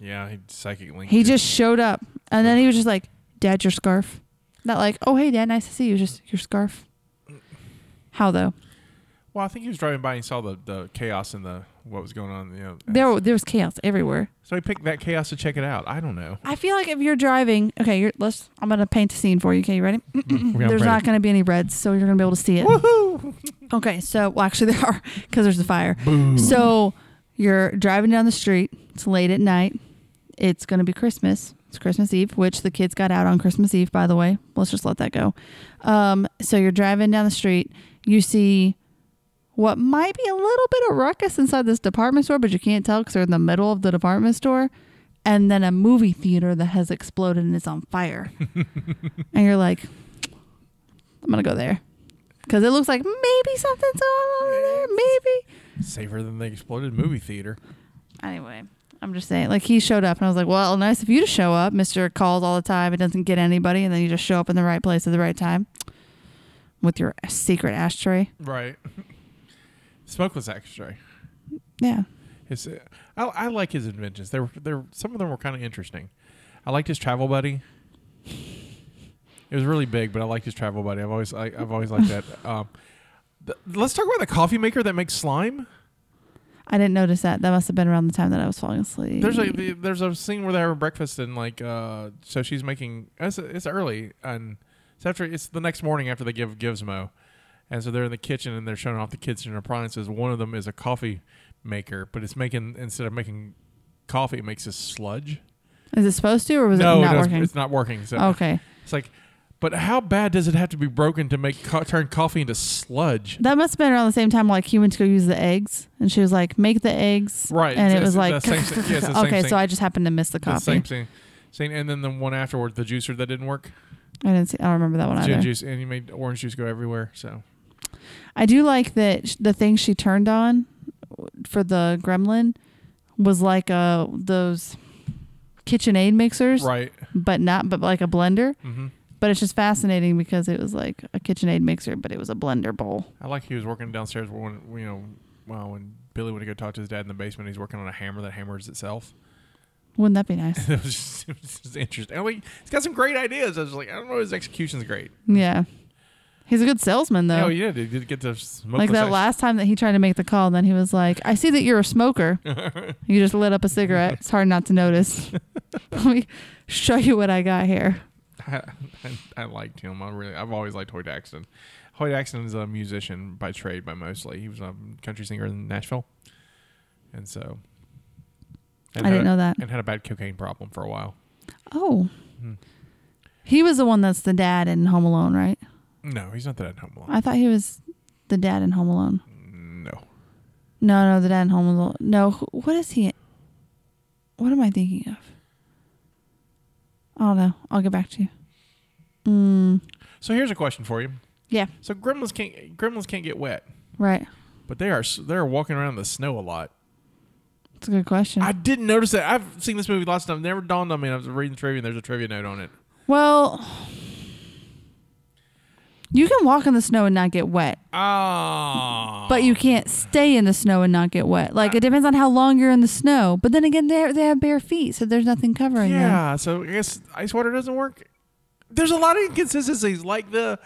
A: Yeah, he psychic link.
B: He just showed up. And then he was just like, Dad, your scarf. Not like, oh, hey, Dad, nice to see you. Just your scarf. How though?
A: Well, I think he was driving by and saw the, the chaos and the what was going on. You know,
B: There, there was chaos everywhere.
A: so he picked that chaos to check it out. I don't know.
B: I feel like if you're driving, okay, you're, let's. I'm gonna paint a scene for you. Okay, you ready?
A: I'm
B: Mm-hmm. there's not
A: ready.
B: gonna be any reds, so you're gonna be able to see it. okay, so well, actually there are because there's the fire. So you're driving down the street. It's late at night. It's gonna be Christmas. It's Christmas Eve, which the kids got out on Christmas Eve, by the way. Let's just let that go. Um, so you're driving down the street. You see what might be a little bit of ruckus inside this department store, but you can't tell because they're in the middle of the department store. And then a movie theater that has exploded and is on fire. and you're like, I'm going to go there. Because it looks like maybe something's going on in there. Maybe.
A: Safer than the exploded movie theater.
B: Anyway, I'm just saying, like, he showed up and I was like, well, nice of you to show up. Mr. calls all the time. It doesn't get anybody. And then you just show up in the right place at the right time with your secret ashtray.
A: Right. Smokeless ashtray.
B: Yeah.
A: His, uh, I, I like his inventions. They were, they were, some of them were kind of interesting. I liked his travel buddy. It was really big, but I liked his travel buddy. I've always I, I've always liked that. Um, th- let's talk about the coffee maker that makes slime.
B: I didn't notice that. That must have been around the time that I was falling asleep.
A: There's like the, there's a scene where they're having breakfast and like uh, so she's making it's, it's early and it's after it's the next morning after they give Gizmo, and so they're in the kitchen and they're showing off the kitchen appliances. One of them is a coffee maker, but it's making instead of making coffee, it makes this sludge.
B: Is it supposed to, or was
A: no,
B: it not
A: does-
B: working?
A: it's not working. So
B: okay,
A: it's like, but how bad does it have to be broken to make co- turn coffee into sludge?
B: that must have been around the same time like humans go use the eggs, and she was like, "Make the eggs,"
A: Right,
B: And
A: it's-
B: it was
A: it's
B: like,
A: the same thing. Yeah, it's the same
B: okay,
A: thing.
B: so I just happened to miss the
A: The
B: coffee.
A: same scene. Scene, and then the one afterward, the juicer that didn't work,
B: I didn't see. I don't remember that one
A: gin
B: either.
A: juice, and you made orange juice go everywhere. So
B: I do like that sh- the thing she turned on for the gremlin was like uh those KitchenAid mixers,
A: right,
B: but not but like a blender.
A: hmm
B: But it's just fascinating because it was like a KitchenAid mixer, but it was a blender bowl.
A: I like he was working downstairs when you know well, when Billy went to go talk to his dad in the basement, he's working on a hammer that hammers itself.
B: Wouldn't that be nice?
A: It was just, it was just interesting. I mean, he's got some great ideas. I was like, I don't know, his execution's great.
B: yeah. He's a good salesman, though.
A: Oh yeah, they did get to smoke
B: like
A: the
B: that
A: sex.
B: last time that he tried to make the call, and then he was like, "I see that you're a smoker. you just lit up a cigarette. It's hard not to notice. Let me show you what I got here."
A: I, I liked him. I really, I've always liked Hoyt Axton. Hoyt Axton is a musician by trade, by mostly. He was a country singer in Nashville, and so. and
B: I
A: had
B: didn't
A: a-
B: know that.
A: And had a bad cocaine problem for a while.
B: Oh,
A: Hmm.
B: he was the one that's the dad in Home Alone, right?
A: No, he's not that at home alone.
B: I thought he was the dad in Home Alone.
A: no,
B: No, no, the dad in Home Alone. No, wh- what is he? What am I thinking of? I don't know. I'll get back to you.
A: So here's a question for you.
B: Yeah,
A: So gremlins can't gremlins can't get wet,
B: right.
A: but they are s- they're walking around in the snow a lot.
B: It's a good question.
A: I didn't notice that. I've seen this movie lots of times. Never dawned on me. and I was reading trivia and there's a trivia note on it.
B: Well, you can walk in the snow and not get wet,
A: Ah.
B: but you can't stay in the snow and not get wet. Like it depends on how long you're in the snow. But then again, they they have bare feet, so there's nothing covering them.
A: Yeah, so I guess ice water doesn't work. There's a lot of inconsistencies, like the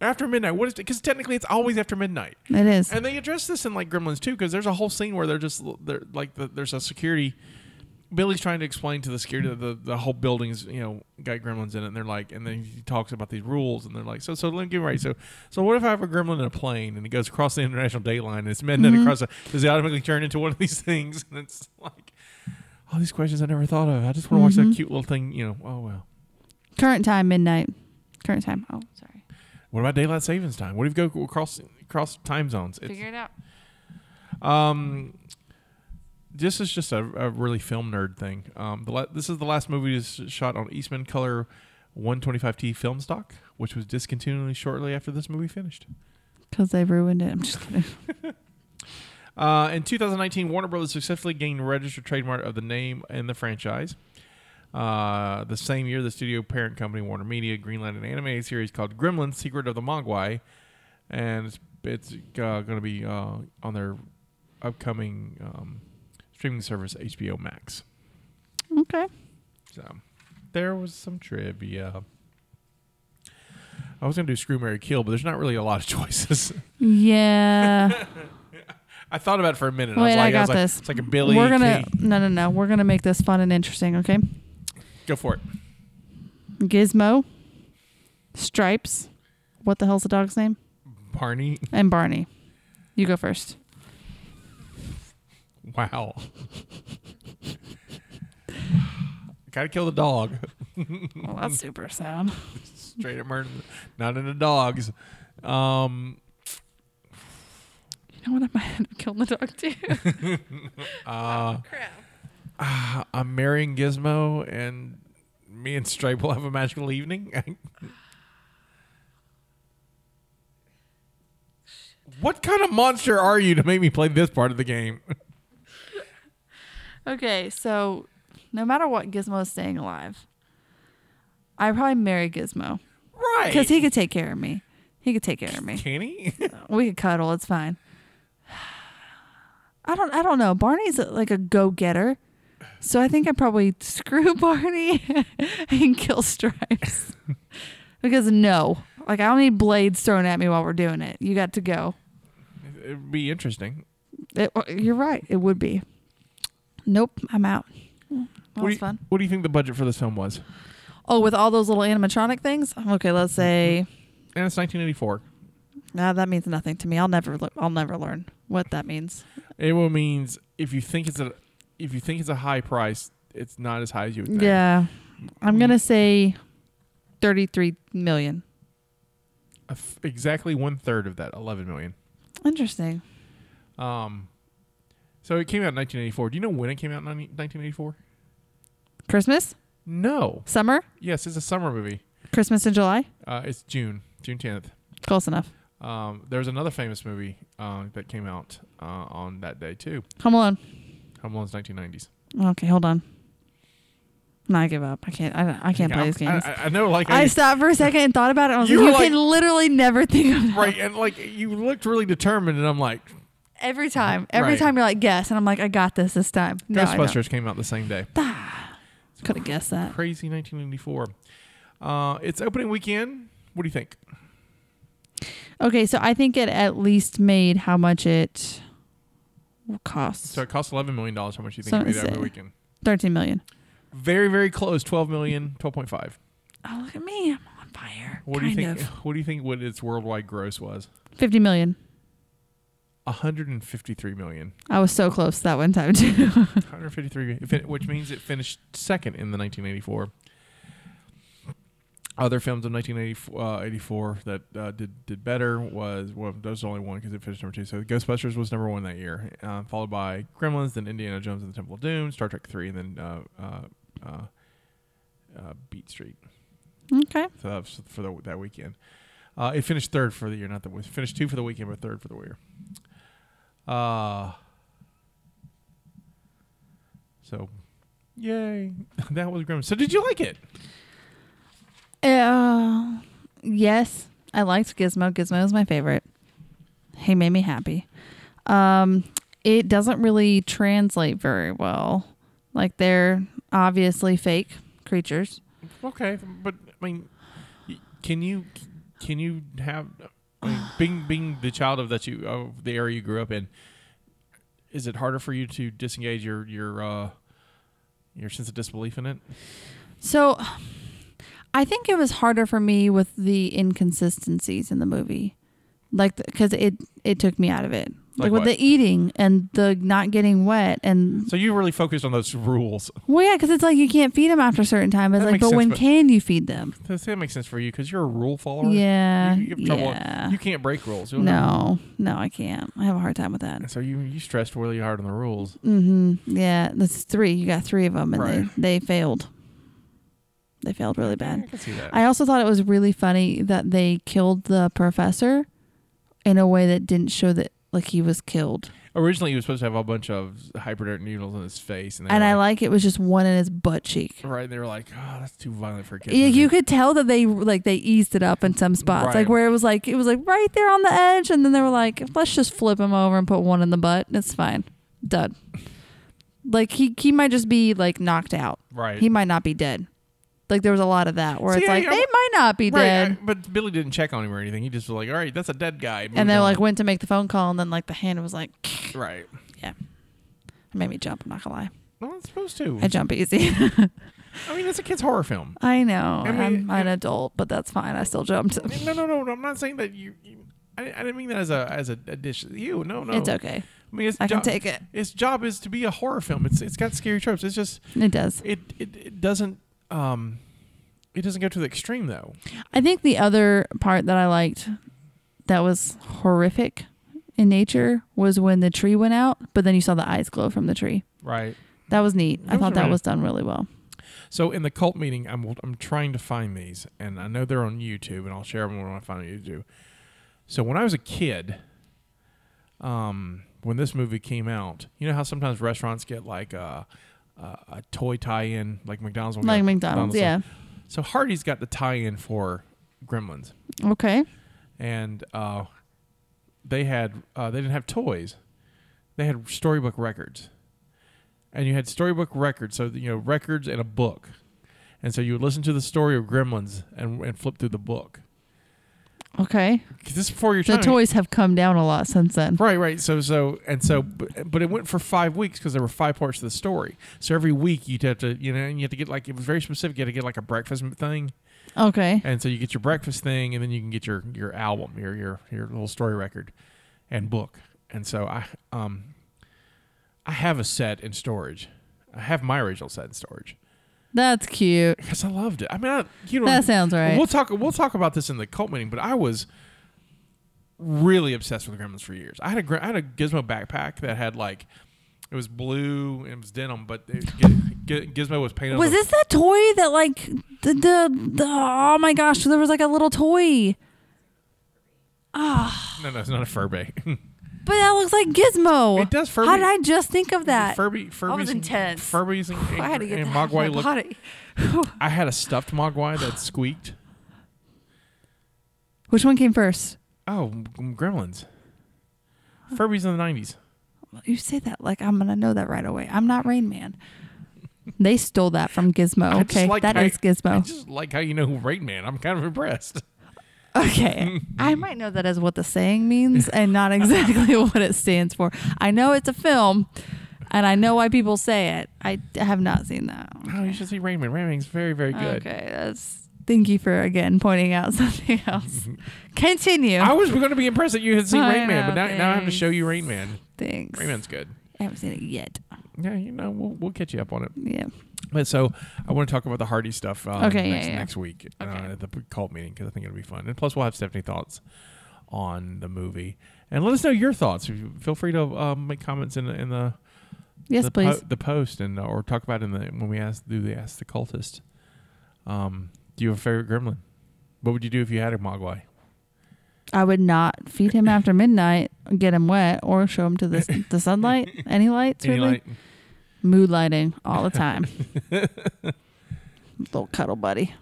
A: after midnight. What is it? Because technically, it's always after midnight.
B: It is.
A: And they address this in like Gremlins too, because there's a whole scene where they're just they're like the, there's a security. Billy's trying to explain to the security that the, the whole building's you know got gremlins in it, and they're like, and then he talks about these rules, and they're like, so so let me get right. So so what if I have a gremlin in a plane and it goes across the international date line and it's midnight across? The, does it automatically turn into one of these things? And it's like all these questions I never thought of. I just want to watch that cute little thing. You know, oh well.
B: Current time midnight. Current time. Oh, sorry.
A: What about daylight savings time? What if you go across across time zones? It's-
B: it out.
A: Um, this is just a, a really film nerd thing. Um, the la- this is the last movie is shot on Eastman Color 125T film stock, which was discontinued shortly after this movie finished.
B: Because they ruined it. I'm just kidding.
A: Uh, in 2019, Warner Brothers successfully gained registered trademark of the name and the franchise. Uh, the same year, the studio parent company Warner Media greenlighted an animated series called Gremlins: Secret of the Mogwai, and it's, it's uh, going to be uh, on their upcoming um, streaming service HBO Max.
B: Okay.
A: So there was some trivia. I was going to do Screw Mary Kill, but there's not really a lot of choices.
B: Yeah.
A: I thought about it for a minute. I was
B: Wait,
A: like,
B: I got
A: was like,
B: this.
A: It's like a Billy.
B: We're gonna
A: Kay.
B: no no no. We're gonna make this fun and interesting. Okay.
A: go for it.
B: Gizmo, Stripes. What the hell's the dog's name?
A: Barney.
B: And Barney. You go first.
A: Wow. Gotta kill the dog.
B: Well, that's
A: Mm-hmm.
B: super sound.
A: Straight at murder. Not into dogs. Um,
B: You know what? I might end up killing the dog too.
A: I'm marrying Gizmo, and me and Stripe will have a magical evening. what kind of monster are you to make me play this part of the game?
B: okay, so no matter what, Gizmo is staying alive. I probably marry Gizmo
A: right.
B: because he could take care of me. He could take care of me.
A: can he?
B: We could cuddle. It's fine. I don't. I don't know. Barney's a, like a go-getter, so I think I probably screw Barney and kill Stripes because no, like I don't need blades thrown at me while we're doing it. You got to go.
A: It'd be interesting.
B: It, you're right. It would be. Nope, I'm out. That
A: what, do
B: was
A: you,
B: fun.
A: what do you think the budget for this film was?
B: Oh, with all those little animatronic things. Okay, let's
A: Mm-hmm.
B: say
A: And it's 1984.
B: nah, that means nothing to me. I'll never. le- I'll never learn what that means.
A: It will means if you think it's a if you think it's a high price, it's not as high as you would think.
B: Yeah, I'm gonna say thirty-three million.
A: A f- exactly one third of that, 11 million.
B: Interesting.
A: Um, so it came out in 1984. Do you know when it came out in 90- 1984?
B: Christmas,
A: No.
B: summer,
A: Yes, it's a summer movie.
B: Christmas in July.
A: Uh, it's June, June 10th.
B: Close enough.
A: Um, there's another famous movie uh, that came out uh, on that day too.
B: Home Alone.
A: Home Alone's 1990s.
B: Okay, hold on. No, I give up. I can't. I, I can't play these games.
A: I,
B: I,
A: I, I know, like
B: stopped for a second and thought about it. I was
A: You
B: like,
A: were
B: you
A: like-
B: can literally never think of that.
A: right, and like you looked really determined, and I'm like,
B: every time. Every
A: Right.
B: time you're like, guess. And I'm like, I got this this time. No, I don't.
A: Ghostbusters came out the same day.
B: Could have guessed that.
A: Crazy 1994. Uh, it's opening weekend. What do you think?
B: Okay, so I think it at least made how much it costs.
A: So it costs 11 million dollars. How much do you think
B: So
A: it made
B: it's,
A: over
B: uh,
A: the weekend?
B: Thirteen million.
A: Very, very close. 12 million, 12.5.
B: Oh look at me! I'm on fire.
A: What
B: kind
A: do you think?
B: of
A: What do you think? What its worldwide gross was?
B: fifty million.
A: 153 million.
B: I was so close that one time too.
A: 153, it fin- which means it finished second in the 1984. Other films of 1984 uh, 84 that uh, did did better was well, there's only one because it finished number two. So Ghostbusters was number one that year, uh, followed by Gremlins, then Indiana Jones and the Temple of Doom, Star Trek three, and then uh, uh, uh, uh, Beat Street.
B: okay.
A: So that was for the, that weekend. Uh, it finished third for the year, not the it finished two for the weekend, but third for the year. Uh, so, yay! that was grim. So, did you like it?
B: Uh, yes, I liked Gizmo. Gizmo is my favorite. He made me happy. Um, it doesn't really translate very well. Like they're obviously fake creatures.
A: Okay, but I mean, y- can you can you have I mean, being being the child of that you of the area you grew up in? Is it harder for you to disengage your your uh, your sense of disbelief in it?
B: So I think it was harder for me with the inconsistencies in the movie. Like cuz it it took me out of it.
A: Like
B: Like, with
A: what?
B: the eating and the not getting wet and
A: So you really focused on those rules.
B: well yeah cuz it's like you can't feed them after a certain time. It's
A: That
B: like
A: makes
B: but
A: sense,
B: when
A: but-
B: can you feed them?
A: Does that make sense for you? Because you're a rule follower.
B: Yeah,
A: You, you have trouble.
B: yeah.
A: You can't break rules. You'll have-
B: No. No, I can't. I have a hard time with that.
A: And so you you stressed really hard on the rules.
B: Mhm. Yeah, that's 3. You got 3 of them and
A: Right.
B: they, they failed. They failed really
A: I
B: bad.
A: can see that.
B: I also thought it was really funny that they killed the professor in a way that didn't show that like he was killed.
A: Originally, he was supposed to have a bunch of hypodermic needles in his face, and, they
B: And
A: were
B: I
A: like,
B: like it was just one in his butt cheek.
A: right. They were like, "Oh, that's too violent for kids."
B: Yeah, you could tell that they like they eased it up in some spots,
A: Right.
B: like where it was like it was like right there on the edge, and then they were like, let's just flip him over and put one in the butt. It's fine, done. Like he he might just be like knocked out.
A: Right.
B: He might not be dead. Like there was a lot of that where
A: See,
B: it's
A: I-
B: like
A: I-
B: they might not be
A: right.
B: dead.
A: I- but Billy didn't check on him or anything. He just was like, "All right, that's a dead guy." Move
B: and then
A: on.
B: like went to make the phone call, and then like the hand was like.
A: right.
B: Yeah. It made me jump, I'm not gonna lie.
A: Well, it's supposed to.
B: I jump easy.
A: I mean, it's a kids' horror film.
B: I know.
A: I mean,
B: I'm an
A: it-
B: adult, but that's fine. I still jumped.
A: No, no, no, no. I'm not saying that you. you I, I didn't mean that as a as a, a dish. You no, no.
B: It's okay.
A: I mean, it's
B: I can
A: jo-
B: take it.
A: Its job is to be a horror film. It's it's got scary tropes. It's just
B: It does.
A: it it, it doesn't um it doesn't go to the extreme though.
B: I think the other part that I liked that was horrific in nature was when the tree went out, but then you saw the eyes glow from the tree.
A: Right.
B: That was neat. I
A: That was
B: thought that
A: alright.
B: was done really well.
A: So in the cult meeting, I'm I'm trying to find these, and I know they're on YouTube, and I'll share them when I find them on YouTube. So when I was a kid, um, when this movie came out, you know how sometimes restaurants get like a a, a toy tie-in, like McDonald's, will
B: Like
A: get
B: McDonald's,
A: stuff. So Hardy's got the tie-in for Gremlins.
B: Okay.
A: and uh, they had uh, they didn't have toys. They had storybook records, and you had storybook records. So you know records and a book, and so you would listen to the story of Gremlins and, and flip through the book.
B: Okay.
A: 'Cause this is before your
B: The
A: time.
B: toys have come down a lot since then.
A: Right, right. So, so, and so, but, but it went for five weeks because there were five parts of the story. So every week you'd have to, you know, and you had to get like it was very specific. You had to get like a breakfast thing,
B: Okay.
A: and so you get your breakfast thing, and then you can get your your album, your your your little story record, and book. And so I um, I have a set in storage. I have my original set in storage
B: That's cute.
A: because I loved it. I mean, I, you know,
B: That sounds right.
A: We'll talk. We'll talk about this in the cult meeting. But I was really obsessed with Gremlins for years. I had a Gre- I had a Gizmo backpack that had like it was blue and it was denim, but it, Gi- Gi- Gizmo was painted. on
B: Was
A: the-
B: this that toy that like the, the the oh my gosh, there was like a little toy.
A: No, no, it's not a Furby.
B: But that looks like Gizmo.
A: It does
B: How
A: Furby-
B: did I just think of that?
A: Furby, Furby's and-
B: intense. Oh,
A: Furby's and, and,
B: I had to get
A: and
B: that out of my
A: Mogwai look
B: body.
A: I had a stuffed Mogwai that squeaked.
B: Which one came first?
A: Oh, m- Gremlins. Furby's in the nineties.
B: You say that like I'm gonna know that right away. I'm not Rain Man. They stole that from Gizmo. Okay, that is
A: I
B: Gizmo.
A: just like how you know who Rain Man. I'm kind of impressed.
B: Okay, I might know that as what the saying means and not exactly what it stands for. I know it's a film, and I know why people say it. I d- have not seen that.
A: Oh, you should see Rain Man. Rain Man's very, very good.
B: Okay, that's thank you for again pointing out something else. Continue.
A: I was going to be impressed that you had seen
B: I
A: Rain Man, but
B: know,
A: now, now I have to
B: thanks.
A: show you Rain Man.
B: Thanks.
A: Rain Man's good.
B: I haven't seen it yet.
A: Yeah, you know, we'll, we'll catch you up on it.
B: Yeah.
A: But so I want to talk about the Hardy stuff uh,
B: Okay, yeah,
A: next,
B: yeah.
A: next week uh, at the p- cult meeting because I think it'll be fun. And plus, we'll have Stephanie thoughts on the movie. And let us know your thoughts. If you- Feel free to um, make comments in the in the
B: Yes,
A: the,
B: please.
A: po- the post and uh, or talk about it in the when we ask do they ask the cultist. Um, do you have a favorite gremlin? What would you do if you had a mogwai?
B: I would not feed him after midnight, get him wet, or show him to the the sunlight. Any lights?
A: Any
B: really?
A: light?
B: Mood lighting all the time. Little cuddle buddy.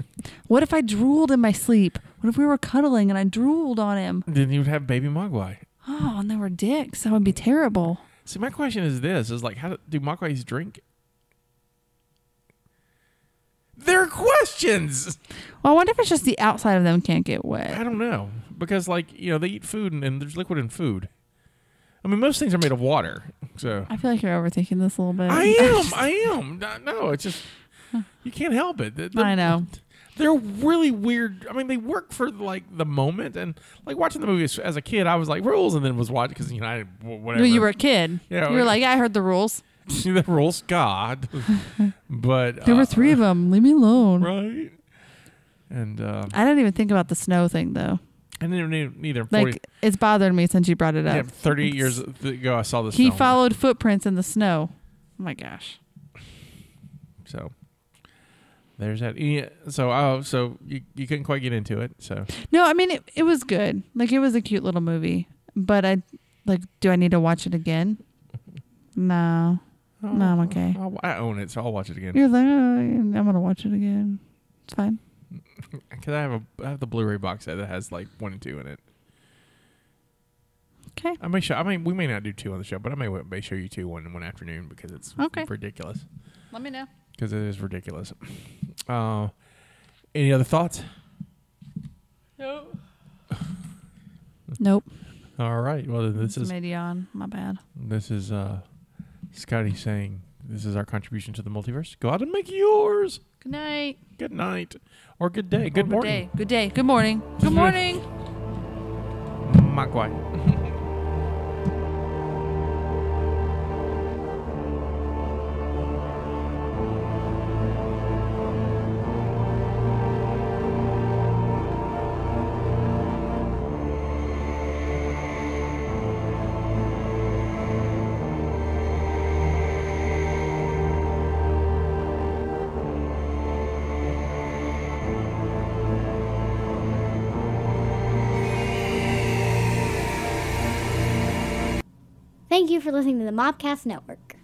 B: What if I drooled in my sleep? What if we were cuddling and I drooled on him?
A: Then you would have baby mogwai.
B: Oh, and they were dicks. That would be terrible.
A: See, my question is this: is like, how do, do mogwais drink? They're questions.
B: Well, I wonder if it's just the outside of them can't get
A: I
B: wet.
A: don't know because like you know they eat food and, and there's liquid in food. I mean most things are made of water, so
B: I feel like you're overthinking this a little bit.
A: I am, I am. No, No, it's just you can't help it. The- the-
B: I know.
A: they're really weird. I mean they work for like the moment and like watching the movie as, as a kid, I was like rules and then was watching because you know I wh- whatever
B: Well, you were a kid.
A: Yeah,
B: you were
A: we-
B: like, yeah, I heard the rules.
A: the rules God, but
B: There
A: uh,
B: were three of them. Leave me alone.
A: right. And uh,
B: I didn't even think about the snow thing though.
A: and then ne- neither
B: Like
A: forty,
B: it's bothered me since you brought it up.
A: yeah, thirty years ago I saw this.
B: He
A: film.
B: followed footprints in the snow. Oh my gosh.
A: So there's that. Yeah, so oh, so you, you couldn't quite get into it. So
B: No, I mean it, it was good. Like it was a cute little movie. But I like do I need to watch it again? No. No, I'm okay.
A: I'll, I own it, so I'll watch it again
B: You're like, oh, I'm gonna watch it again. It's fine.
A: because I have a I have the Blu-ray box set that has like one and two in it.
B: Okay.
A: I may show. I mean, we may not do two on the show, but I may may show you two one in one afternoon because it's
B: Okay.
A: ridiculous.
B: Let me know.
A: Because it is ridiculous. Uh, any other thoughts?
B: Nope.
A: All right. Well, then this
B: It's
A: is
B: Medion. My bad.
A: this is uh, Scotty saying this is our contribution to the multiverse. Go out and make yours.
B: Good night.
A: Good night, or good day. Good
B: Good
A: morning.
B: day. Good day. Good morning. Good morning.
A: Mogwai.
E: Thank you for listening to the Mobcast Network.